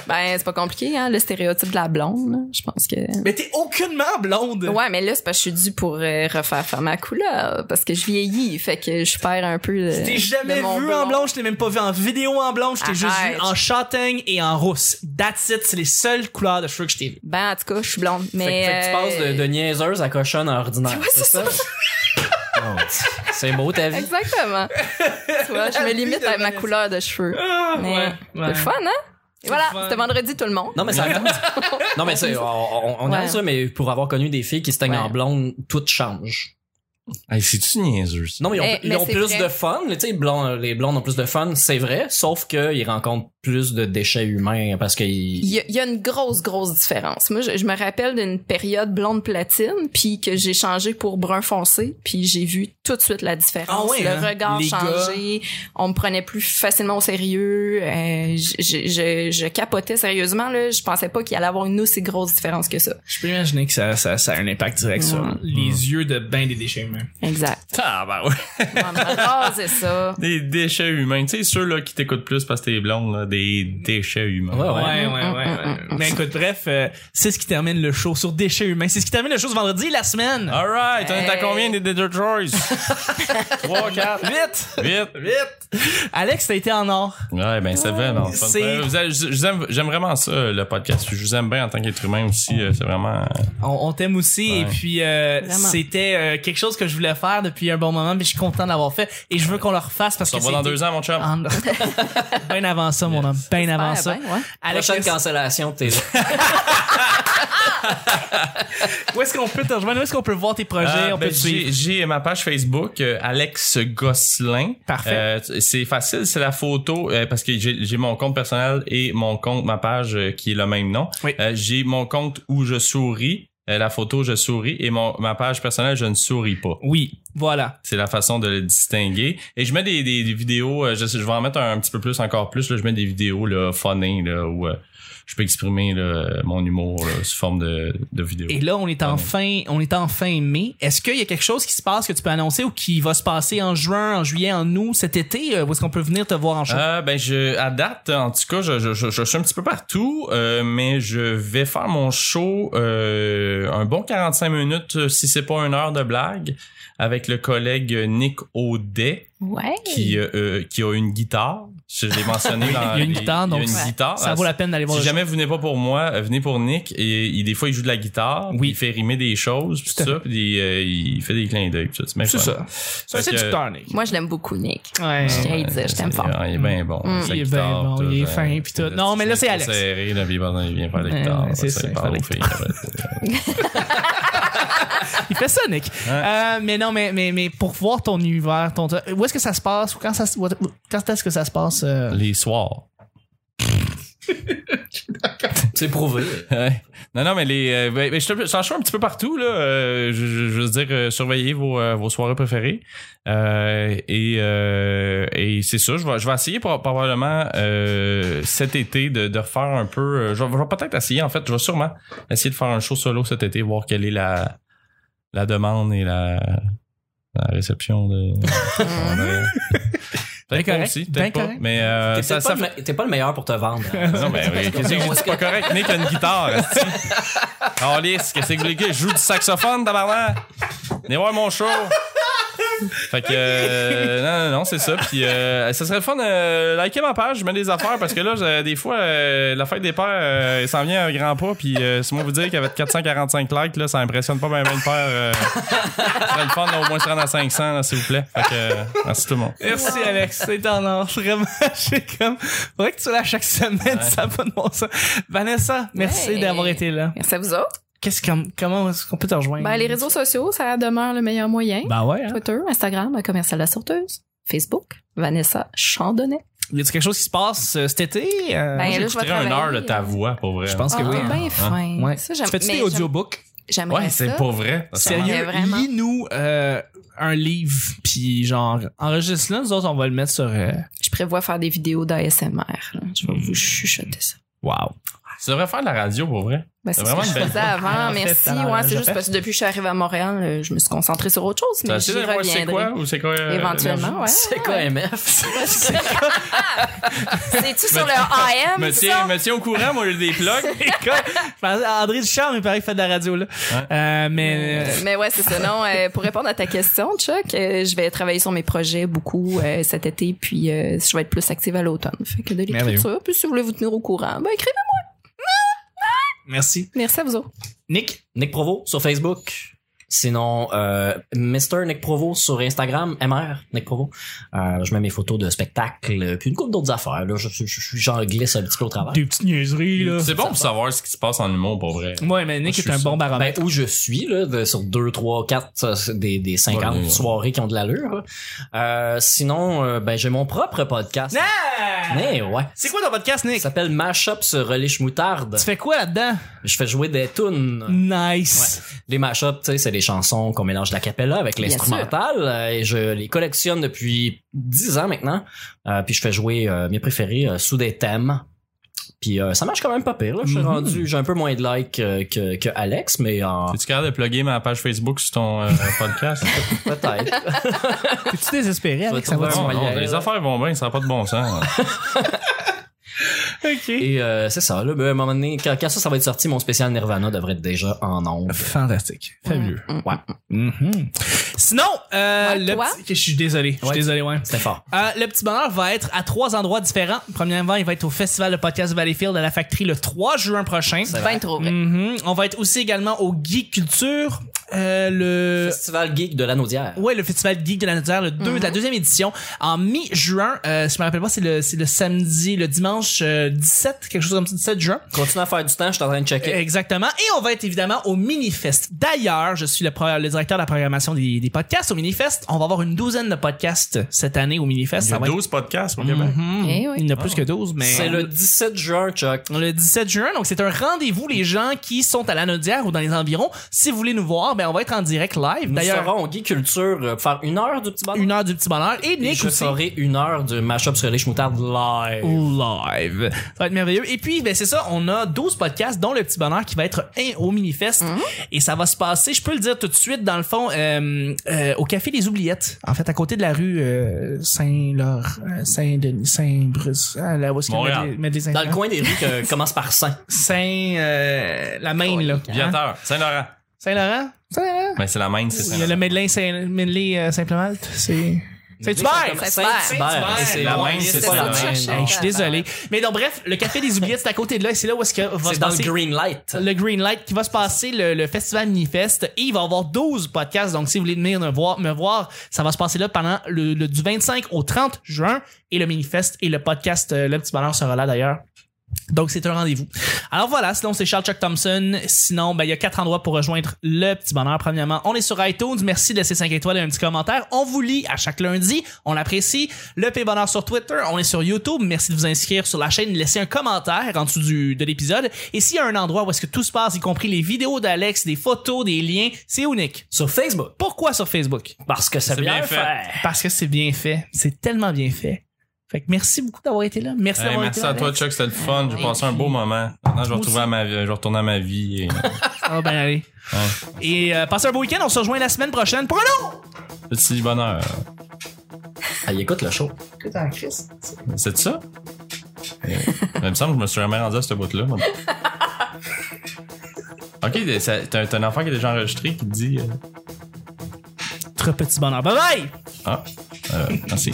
[SPEAKER 4] Ben, c'est pas compliqué, hein, le stéréotype de la blonde. là. Je pense que.
[SPEAKER 1] Mais t'es aucunement blonde.
[SPEAKER 4] Ouais, mais là, c'est parce que je suis due pour euh, refaire faire ma couleur, parce que je vieillis, fait que je perds un peu.
[SPEAKER 1] Je
[SPEAKER 4] de-
[SPEAKER 1] t'ai jamais
[SPEAKER 4] de mon
[SPEAKER 1] vu
[SPEAKER 4] blond.
[SPEAKER 1] en blonde, je t'ai même pas vu en vidéo en blonde, je t'ai juste vu
[SPEAKER 4] Arrête.
[SPEAKER 1] en châtaigne et en rousse. That's it, c'est les seules couleurs de cheveux que je t'ai vu.
[SPEAKER 4] Ben, en tout cas, je suis blonde. Mais. euh,
[SPEAKER 3] fait, que- fait que tu passes de, de niaiseuse à cochonne à ordinaire. c'est ça? Oh, c'est beau ta vie.
[SPEAKER 4] Exactement. tu vois, je me limite à ma couleur de cheveux.
[SPEAKER 3] Ah,
[SPEAKER 4] Mais c'est le fun, hein? Et voilà,
[SPEAKER 1] fun.
[SPEAKER 4] c'était vendredi, tout le monde.
[SPEAKER 3] Non, mais ça Non, mais c'est, on, on, on aime
[SPEAKER 4] Ouais.
[SPEAKER 3] ça, mais pour avoir connu des filles qui se teignent
[SPEAKER 4] Ouais.
[SPEAKER 3] en blonde, tout change.
[SPEAKER 2] Hey, c'est-tu niaiseux, ça?
[SPEAKER 3] Non, mais ils ont,
[SPEAKER 4] Eh,
[SPEAKER 3] ils
[SPEAKER 4] mais
[SPEAKER 3] ont
[SPEAKER 4] c'est
[SPEAKER 3] plus
[SPEAKER 4] vrai.
[SPEAKER 3] de fun. Tu sais, les blondes- les blondes ont plus de fun, c'est vrai, sauf qu'ils rencontrent plus de déchets humains parce qu'ils...
[SPEAKER 4] Il y, a, il y a une grosse, grosse différence. Moi, je, je me rappelle d'une période blonde platine, puis que j'ai changé pour brun foncé, puis j'ai vu tout de suite la différence.
[SPEAKER 1] Ah ouais,
[SPEAKER 4] Le
[SPEAKER 1] hein?
[SPEAKER 4] regard
[SPEAKER 1] Les
[SPEAKER 4] changé, on me prenait plus facilement au sérieux, euh, je, je- je- je capotais sérieusement, là. je pensais pas qu'il allait avoir une aussi grosse différence que ça.
[SPEAKER 1] Je peux imaginer que ça, ça, ça a un impact direct sur
[SPEAKER 4] Mm.
[SPEAKER 1] les yeux de bain des déchets humains.
[SPEAKER 4] Exact.
[SPEAKER 2] Ah, bah ouais.
[SPEAKER 4] Moi, on me rasait ça.
[SPEAKER 2] Des déchets humains. Tu sais, ceux là, qui t'écoutent plus parce que t'es blonde, là, des déchets humains.
[SPEAKER 3] Ouais, ouais.
[SPEAKER 1] Ouais, ouais, ouais.
[SPEAKER 4] Mm, mm,
[SPEAKER 1] ouais.
[SPEAKER 4] mm, mm.
[SPEAKER 1] Mais écoute, bref, euh, c'est ce qui termine le show sur déchets humains. C'est ce qui termine le show ce vendredi, la semaine.
[SPEAKER 2] Ah, Alright, on est à
[SPEAKER 4] Hey.
[SPEAKER 2] combien des Dead Choice? 3, 4,
[SPEAKER 1] Vite!
[SPEAKER 2] 8.
[SPEAKER 1] Vite! Ah, Alex, t'as été en or.
[SPEAKER 2] Ouais, ben c'est vraiment le fun.
[SPEAKER 1] C'est-
[SPEAKER 2] Vous avez- je- je- J'aime j'aime vraiment ça, euh, le podcast. Je vous aime bien en tant qu'être humain aussi. euh, C'est vraiment... euh,
[SPEAKER 1] On, on t'aime aussi
[SPEAKER 2] Ouais.
[SPEAKER 1] et puis euh,
[SPEAKER 4] Vraiment.
[SPEAKER 1] c'était euh, quelque chose que je voulais faire depuis un bon moment mais je suis content d'avoir fait et je veux qu'on le refasse parce
[SPEAKER 2] Ça
[SPEAKER 1] que Ah,
[SPEAKER 2] va dans
[SPEAKER 1] c'était-
[SPEAKER 2] deux ans, mon chum.
[SPEAKER 1] En- bien avant ça mon homme, bien avant
[SPEAKER 4] Ah,
[SPEAKER 1] ça.
[SPEAKER 4] ben, ouais.
[SPEAKER 1] Alex,
[SPEAKER 3] Prochaine cancellation, t'es là.
[SPEAKER 1] où est-ce qu'on peut te rejoindre? Où est-ce qu'on peut voir tes projets?
[SPEAKER 2] Ah,
[SPEAKER 1] on
[SPEAKER 2] ben,
[SPEAKER 1] peut te suivre.
[SPEAKER 2] j'ai j'ai ma page Facebook euh, Alex Gosselin.
[SPEAKER 1] Parfait.
[SPEAKER 2] Euh, t- c'est facile, c'est la photo euh, parce que j'ai j'ai mon compte personnel et mon compte ma page euh, qui est le même nom.
[SPEAKER 1] Oui.
[SPEAKER 2] Euh, j'ai mon compte où je souris, euh, la photo je souris et mon ma page personnelle je ne souris pas.
[SPEAKER 1] Oui, voilà.
[SPEAKER 2] C'est la façon de le distinguer. Et je mets des, des, des vidéos, euh, je, sais- je vais en mettre un, un petit peu plus, encore plus. Là, je mets des vidéos là, funny, là, où euh, je peux exprimer là, mon humour là, sous forme de, de vidéo.
[SPEAKER 1] Et là, on est en
[SPEAKER 2] Pardon.
[SPEAKER 1] fin, on est en fin mai. Est-ce qu'il y a quelque chose qui se passe que tu peux annoncer ou qui va se passer en juin, en juillet, en août, cet été? Euh, Où est-ce qu'on peut venir te voir en show?
[SPEAKER 2] Euh, ben je à date en tout cas je, je, je, je suis un petit peu partout euh, mais je vais faire mon show euh, un bon 45 minutes euh, si c'est pas une heure de blague avec le collègue Nick Audet
[SPEAKER 4] Ouais.
[SPEAKER 2] qui euh, euh, qui a une guitare je l'ai mentionné dans
[SPEAKER 1] Il y a une
[SPEAKER 2] les-
[SPEAKER 1] guitare, donc
[SPEAKER 2] il y a une
[SPEAKER 4] ça-
[SPEAKER 2] guitare
[SPEAKER 1] ça vaut la peine d'aller voir
[SPEAKER 2] ah, si
[SPEAKER 1] le show.
[SPEAKER 2] jamais vous venez pas pour moi, euh, venez pour Nick. Et il- des fois, il joue de la guitare,
[SPEAKER 1] Oui.
[SPEAKER 2] puis il fait rimer des choses, puis
[SPEAKER 1] Tout à
[SPEAKER 2] tout ça, puis euh, il fait des clins d'œil, puis tout. bien
[SPEAKER 1] C'est
[SPEAKER 2] fun.
[SPEAKER 1] ça. C'est un
[SPEAKER 2] Fait que-
[SPEAKER 1] séducteur, Nick.
[SPEAKER 4] Moi, je l'aime beaucoup, Nick.
[SPEAKER 1] Ouais.
[SPEAKER 4] Je tiens à le dire, je t'aime fort.
[SPEAKER 2] Ah, Il est bien bon.
[SPEAKER 4] Mm.
[SPEAKER 2] sa
[SPEAKER 1] Il est
[SPEAKER 2] guitare,
[SPEAKER 1] bien bon, il est
[SPEAKER 2] euh,
[SPEAKER 1] fin, puis tout. Non, mais là, c'est Alex.
[SPEAKER 2] serré, là, puis pendant, il vient faire la
[SPEAKER 1] Ouais,
[SPEAKER 2] guitare.
[SPEAKER 1] ouais, c'est ça,
[SPEAKER 2] c'est
[SPEAKER 1] il
[SPEAKER 2] ça. Il
[SPEAKER 1] fait
[SPEAKER 2] parle
[SPEAKER 1] la
[SPEAKER 2] aux filles.
[SPEAKER 1] Il fait ça, Nick. Euh, mais non, mais, mais, mais pour voir ton univers, ton, où est-ce que ça se passe? Ou Quand, ça se- quand est-ce que ça se passe? euh?
[SPEAKER 2] Les soirs.
[SPEAKER 3] C'est prouvé.
[SPEAKER 2] Ouais. Non, non, mais les. euh, ben, ben, je te- je t'en suis un petit peu partout, là. Euh, je, je- je veux dire, euh, surveillez vos, euh, vos soirées préférées. Euh, et euh, et c'est ça. Je vais, je vais essayer pro- probablement euh, cet été de, de refaire un peu. euh, je, vais- je vais peut-être essayer, en fait. Je vais sûrement essayer de faire un show solo cet été, voir quelle est la, la demande et la, la réception de.
[SPEAKER 1] Ben
[SPEAKER 2] Peut-être pas
[SPEAKER 1] correct,
[SPEAKER 2] aussi,
[SPEAKER 1] ben
[SPEAKER 2] peut-être pas.
[SPEAKER 1] correct.
[SPEAKER 2] Mais euh,
[SPEAKER 3] T'es
[SPEAKER 2] ça,
[SPEAKER 3] peut-être pas,
[SPEAKER 2] ça
[SPEAKER 3] le me- t'es pas le meilleur pour te vendre.
[SPEAKER 2] non, mais oui. Qu'est-ce que j'ai dit? C'est pas correct. Nick a une guitare. Oh, lisse, qu'est-ce que vous voulez que je joue du saxophone, tabarnak? Venez voir mon show. Fait que, euh, non, non, non, c'est ça. Puis, euh, ça serait le fun, euh, likez ma page, je mets des affaires parce que là, j'ai- des fois, euh, la fête des pères, euh, il s'en vient à grand pas. Puis, euh, si moi vous dire qu'avec 445 likes, là, ça impressionne pas bien ben le père. euh, ça serait le fun, là, au moins se rendre à 500, là, s'il vous plaît. Fait que, euh, merci tout le monde.
[SPEAKER 4] Ben,
[SPEAKER 1] Merci
[SPEAKER 2] Ah.
[SPEAKER 1] Alex, c'est en or. Vraiment, j'ai comme. Faudrait que tu l'as chaque semaine, ça a pas de bon sens. Vanessa, merci
[SPEAKER 4] Ouais.
[SPEAKER 1] d'avoir été là.
[SPEAKER 4] Merci à vous autres.
[SPEAKER 1] Qu'est-ce qu'on, comment est-ce qu'on peut te rejoindre?
[SPEAKER 4] Ben, les réseaux sociaux, ça demeure le meilleur moyen.
[SPEAKER 1] Ben ouais, hein.
[SPEAKER 4] Twitter, Instagram, Commercial La Sorteuse, Facebook, Vanessa Chandonnet.
[SPEAKER 1] Y a-t-il quelque chose qui se passe euh, cet été? Euh,
[SPEAKER 4] Ben,
[SPEAKER 1] moi,
[SPEAKER 4] là, je vais
[SPEAKER 2] J'écouterais une heure
[SPEAKER 4] travailler.
[SPEAKER 2] de
[SPEAKER 4] hein.
[SPEAKER 2] ta voix, pour vrai.
[SPEAKER 1] je pense que
[SPEAKER 4] Ah,
[SPEAKER 1] oui.
[SPEAKER 4] ben
[SPEAKER 1] hein.
[SPEAKER 4] fin.
[SPEAKER 1] Ouais.
[SPEAKER 4] Ça,
[SPEAKER 1] Tu
[SPEAKER 4] j'aime-
[SPEAKER 1] Fais-tu
[SPEAKER 4] mais
[SPEAKER 1] des
[SPEAKER 4] j'aime-
[SPEAKER 1] audiobooks?
[SPEAKER 4] J'aimerais
[SPEAKER 2] Ouais,
[SPEAKER 4] ça.
[SPEAKER 2] c'est pour vrai.
[SPEAKER 4] Ouais,
[SPEAKER 1] Sérieux,
[SPEAKER 4] vraiment.
[SPEAKER 1] lis-nous euh, un livre, puis genre, enregistre-le, nous autres, on va le mettre sur... euh,
[SPEAKER 4] Je prévois faire des vidéos d'ASMR. là. Je vais vous chuchoter ça.
[SPEAKER 1] Wow.
[SPEAKER 2] Tu devrais faire de la radio, pour vrai.
[SPEAKER 4] Ben, c'est
[SPEAKER 2] C'est
[SPEAKER 4] ce que
[SPEAKER 2] vraiment
[SPEAKER 4] je
[SPEAKER 2] une belle
[SPEAKER 4] faisais
[SPEAKER 2] voix.
[SPEAKER 1] Ah,
[SPEAKER 4] avant,
[SPEAKER 1] en fait,
[SPEAKER 4] merci.
[SPEAKER 1] alors,
[SPEAKER 4] ouais, c'est
[SPEAKER 1] je
[SPEAKER 4] juste
[SPEAKER 1] fais.
[SPEAKER 4] parce que depuis que je suis arrivée à Montréal, euh, je me suis concentrée sur autre chose,
[SPEAKER 2] T'as
[SPEAKER 4] mais j'y
[SPEAKER 2] essayé de voir c'est
[SPEAKER 4] reviendrai.
[SPEAKER 2] quoi ou c'est quoi. euh,
[SPEAKER 4] Éventuellement,
[SPEAKER 2] l'énergie?
[SPEAKER 4] ouais.
[SPEAKER 3] C'est quoi MF?
[SPEAKER 4] C'est-tu sur le AM?
[SPEAKER 2] Me
[SPEAKER 4] c'est ça?
[SPEAKER 2] tiens, me tiens au courant, moi, j'ai des plugs.
[SPEAKER 1] Écoute, je pensais à André Duchamp, il paraît qu'il fait de la radio, là. Euh, mais... euh,
[SPEAKER 4] Mais ouais, c'est ça. Non, euh, pour répondre à ta question, Chuck, euh, je vais travailler sur mes projets beaucoup euh, cet été, puis euh, je vais être plus active à l'automne. Fait que de l'écriture, puis si vous voulez vous tenir au courant, ben écrivez-moi.
[SPEAKER 1] merci.
[SPEAKER 4] Merci à vous autres.
[SPEAKER 1] Nick?
[SPEAKER 3] Nick Provo sur Facebook. Sinon, euh, Mr. Nick Provo sur Instagram, MR Nick Provo. Euh, je mets mes photos de spectacle, puis une couple d'autres affaires. Là, je, je, je- j'en glisse un petit peu au travail.
[SPEAKER 1] Des petites niaiseries, là.
[SPEAKER 2] C'est bon pour savoir ce qui se passe en humour, pour vrai.
[SPEAKER 1] Ouais, mais Nick
[SPEAKER 2] Moi, je
[SPEAKER 1] est un
[SPEAKER 2] suis
[SPEAKER 1] bon
[SPEAKER 3] Ben,
[SPEAKER 1] baromètre.
[SPEAKER 3] où je suis, là, de- sur 2, 3, 4 des, des 50
[SPEAKER 2] Ouais, ouais.
[SPEAKER 3] soirées qui ont de l'allure. là. Euh, sinon, euh, ben, j'ai mon propre
[SPEAKER 4] Ben,
[SPEAKER 3] podcast.
[SPEAKER 1] Ah!
[SPEAKER 3] Mais ouais.
[SPEAKER 1] C'est quoi ton podcast,
[SPEAKER 3] Il
[SPEAKER 1] Nick?
[SPEAKER 3] s'appelle Mashup sur Relish Moutarde.
[SPEAKER 1] Tu fais quoi là-dedans?
[SPEAKER 3] Je fais jouer des tunes.
[SPEAKER 1] Nice.
[SPEAKER 3] Les mashups, tu sais, c'est des chansons qu'on mélange de la cappella avec
[SPEAKER 4] Bien
[SPEAKER 3] l'instrumental. euh, Et je les collectionne depuis 10 ans maintenant. Euh, puis je fais jouer euh, mes préférés euh, sous des thèmes. Puis euh, ça marche quand même pas pire. Là. Je suis
[SPEAKER 1] Mhm.
[SPEAKER 3] rendu, j'ai un peu moins de likes euh, que, que Alex, mais euh,
[SPEAKER 2] Es-tu capable de plugger ma page Facebook sur ton euh, podcast?
[SPEAKER 3] peut-être.
[SPEAKER 1] T'es-tu désespéré avec
[SPEAKER 3] Tu
[SPEAKER 1] ça?
[SPEAKER 3] vas
[SPEAKER 1] Va
[SPEAKER 3] trouver
[SPEAKER 2] non, non, les affaires vont bien, ça n'a pas de bon sens.
[SPEAKER 1] ok.
[SPEAKER 3] Et euh, c'est ça. Là, ben, à un moment donné, quand, quand ça, ça va être sorti, mon spécial Nirvana devrait être déjà en ondes.
[SPEAKER 1] Fantastique. Fabuleux.
[SPEAKER 3] Ouais,
[SPEAKER 1] Mhm. Sinon, euh,
[SPEAKER 4] Ouais,
[SPEAKER 1] le
[SPEAKER 4] toi?
[SPEAKER 1] petit- Je suis désolé. Je suis
[SPEAKER 3] Ouais.
[SPEAKER 1] désolé, ouais.
[SPEAKER 3] c'était fort.
[SPEAKER 1] Euh, le petit bonheur va être à trois endroits différents. Premièrement, il va être au Festival de Podcast Valleyfield à la Factory le 3 juin prochain.
[SPEAKER 4] C'est bien trop vrai.
[SPEAKER 1] Mhm. On va être aussi également au Geek Culture, euh, le
[SPEAKER 3] Festival geek de l'Anaudière.
[SPEAKER 1] Ouais, le festival geek de la Nature, le deux, la deuxième édition, en mi-juin. Euh, si je me rappelle pas, c'est le, c'est le samedi, le dimanche euh, 17, quelque chose comme ça, 17 juin.
[SPEAKER 3] Continue à faire du temps, je suis en train de
[SPEAKER 1] Eh,
[SPEAKER 3] checker.
[SPEAKER 1] Exactement. Et on va être évidemment au Minifest. D'ailleurs, je suis le, pro- le directeur de la programmation des, des podcasts au Minifest. On va avoir une douzaine de podcasts cette année au Minifest.
[SPEAKER 2] Il y a
[SPEAKER 1] Ça va être-
[SPEAKER 2] 12 podcasts au Québec.
[SPEAKER 1] Mhm.
[SPEAKER 4] Eh oui.
[SPEAKER 1] Il y en a plus que 12, mais...
[SPEAKER 3] C'est le 17 juin, Chuck.
[SPEAKER 1] Le 17 juin, donc c'est un rendez-vous, les gens qui sont à la Naudière ou dans les environs. Si vous voulez nous voir, ben on va être en direct live.
[SPEAKER 3] Nous
[SPEAKER 1] D'ailleurs,
[SPEAKER 3] serons au Guy Culture euh, pour faire une heure du petit bonheur.
[SPEAKER 1] une heure du petit bonheur. Et
[SPEAKER 3] Et
[SPEAKER 1] Nick
[SPEAKER 3] je
[SPEAKER 1] aussi.
[SPEAKER 3] ferai une heure de mashup sur les schmoutards live.
[SPEAKER 1] live. Ça va être merveilleux. Et puis, ben, c'est ça, on a 12 podcasts, dont le petit bonheur qui va être un au Minifest. Et ça va se passer, je peux le dire tout de suite, dans le fond, euh, euh, au Café des Oubliettes, en fait, à côté de la rue euh, Saint-Laure, euh, Saint-Denis, Saint-Bruce, ah, là où est-ce qu'il y a
[SPEAKER 2] Montréal.
[SPEAKER 1] Med- Medley
[SPEAKER 3] Dans le
[SPEAKER 1] Saint-Laurent?
[SPEAKER 3] coin des rues que commence par Saint.
[SPEAKER 1] hein? Saint... euh, la Maine, là. Hein?
[SPEAKER 2] Viateur, Saint-Laurent.
[SPEAKER 1] Saint-Laurent? Saint-Laurent?
[SPEAKER 2] Mais c'est la main, c'est
[SPEAKER 1] Il y a le
[SPEAKER 2] Saint-Laurent.
[SPEAKER 1] Medley Saint- Medley, euh, Saint-Plamalt, c'est... Saint-Hubert!
[SPEAKER 3] Saint-Hubert.
[SPEAKER 1] Saint-Hubert.
[SPEAKER 3] C'est
[SPEAKER 2] La
[SPEAKER 3] la
[SPEAKER 2] main,
[SPEAKER 3] même,
[SPEAKER 2] c'est
[SPEAKER 3] c'est
[SPEAKER 2] ça,
[SPEAKER 3] pas
[SPEAKER 2] la
[SPEAKER 3] la
[SPEAKER 2] main.
[SPEAKER 3] même.
[SPEAKER 1] Hey, je suis désolé. Mais donc, bref, le Café des Oubliettes, c'est à côté de là, et c'est là où est-ce que va
[SPEAKER 3] C'est
[SPEAKER 1] se
[SPEAKER 3] dans le
[SPEAKER 1] passer
[SPEAKER 3] green light.
[SPEAKER 1] le Green Light qui va se passer le, le festival Minifest et il va y avoir 12 podcasts donc si vous voulez venir me voir, me voir ça va se passer là pendant le, le- du 25 au 30 juin et le Minifest et le podcast euh, Le Petit Bonheur sera là d'ailleurs donc c'est un rendez-vous. Alors voilà, sinon c'est Charles Chuck Thompson. Sinon, ben, il y a quatre endroits pour rejoindre le petit bonheur. Premièrement, on est sur iTunes. Merci de laisser 5 étoiles et un petit commentaire. On vous lit à chaque lundi. On l'apprécie. Le P Bonheur sur Twitter. On est sur YouTube. Merci de vous inscrire sur la chaîne. Laissez un commentaire en dessous du, de l'épisode. Et s'il y a un endroit où est-ce que tout se passe, y compris les vidéos d'Alex, des photos, des liens, c'est unique.
[SPEAKER 3] Sur Facebook.
[SPEAKER 1] Pourquoi sur Facebook? ben,
[SPEAKER 3] Parce que c'est
[SPEAKER 2] C'est
[SPEAKER 3] bien
[SPEAKER 2] bien fait.
[SPEAKER 3] fait.
[SPEAKER 1] Parce que c'est bien fait. C'est tellement bien fait. Fait que merci beaucoup d'avoir été là. Merci
[SPEAKER 2] Hey,
[SPEAKER 1] d'avoir
[SPEAKER 2] merci
[SPEAKER 1] été là,
[SPEAKER 2] à toi,
[SPEAKER 1] Alex.
[SPEAKER 2] Chuck, c'était le fun. J'ai
[SPEAKER 1] Et
[SPEAKER 2] passé un beau moment. Maintenant, je vais, retrouver à ma vie- je vais retourner à ma vie. Et...
[SPEAKER 1] Ah ben allez.
[SPEAKER 2] Ouais.
[SPEAKER 1] Et euh, passez un beau week-end. On se rejoint la semaine prochaine pour un autre.
[SPEAKER 2] Petit bonheur.
[SPEAKER 3] Ah, il écoute le show.
[SPEAKER 2] C'est ça? Euh, Il me semble que je me suis jamais rendu à ce bout-là. moi. Ok, ça- t'as t'as un enfant qui est déjà enregistré qui te dit. euh,
[SPEAKER 1] Très petit bonheur. Bye bye.
[SPEAKER 2] Ah, euh, merci.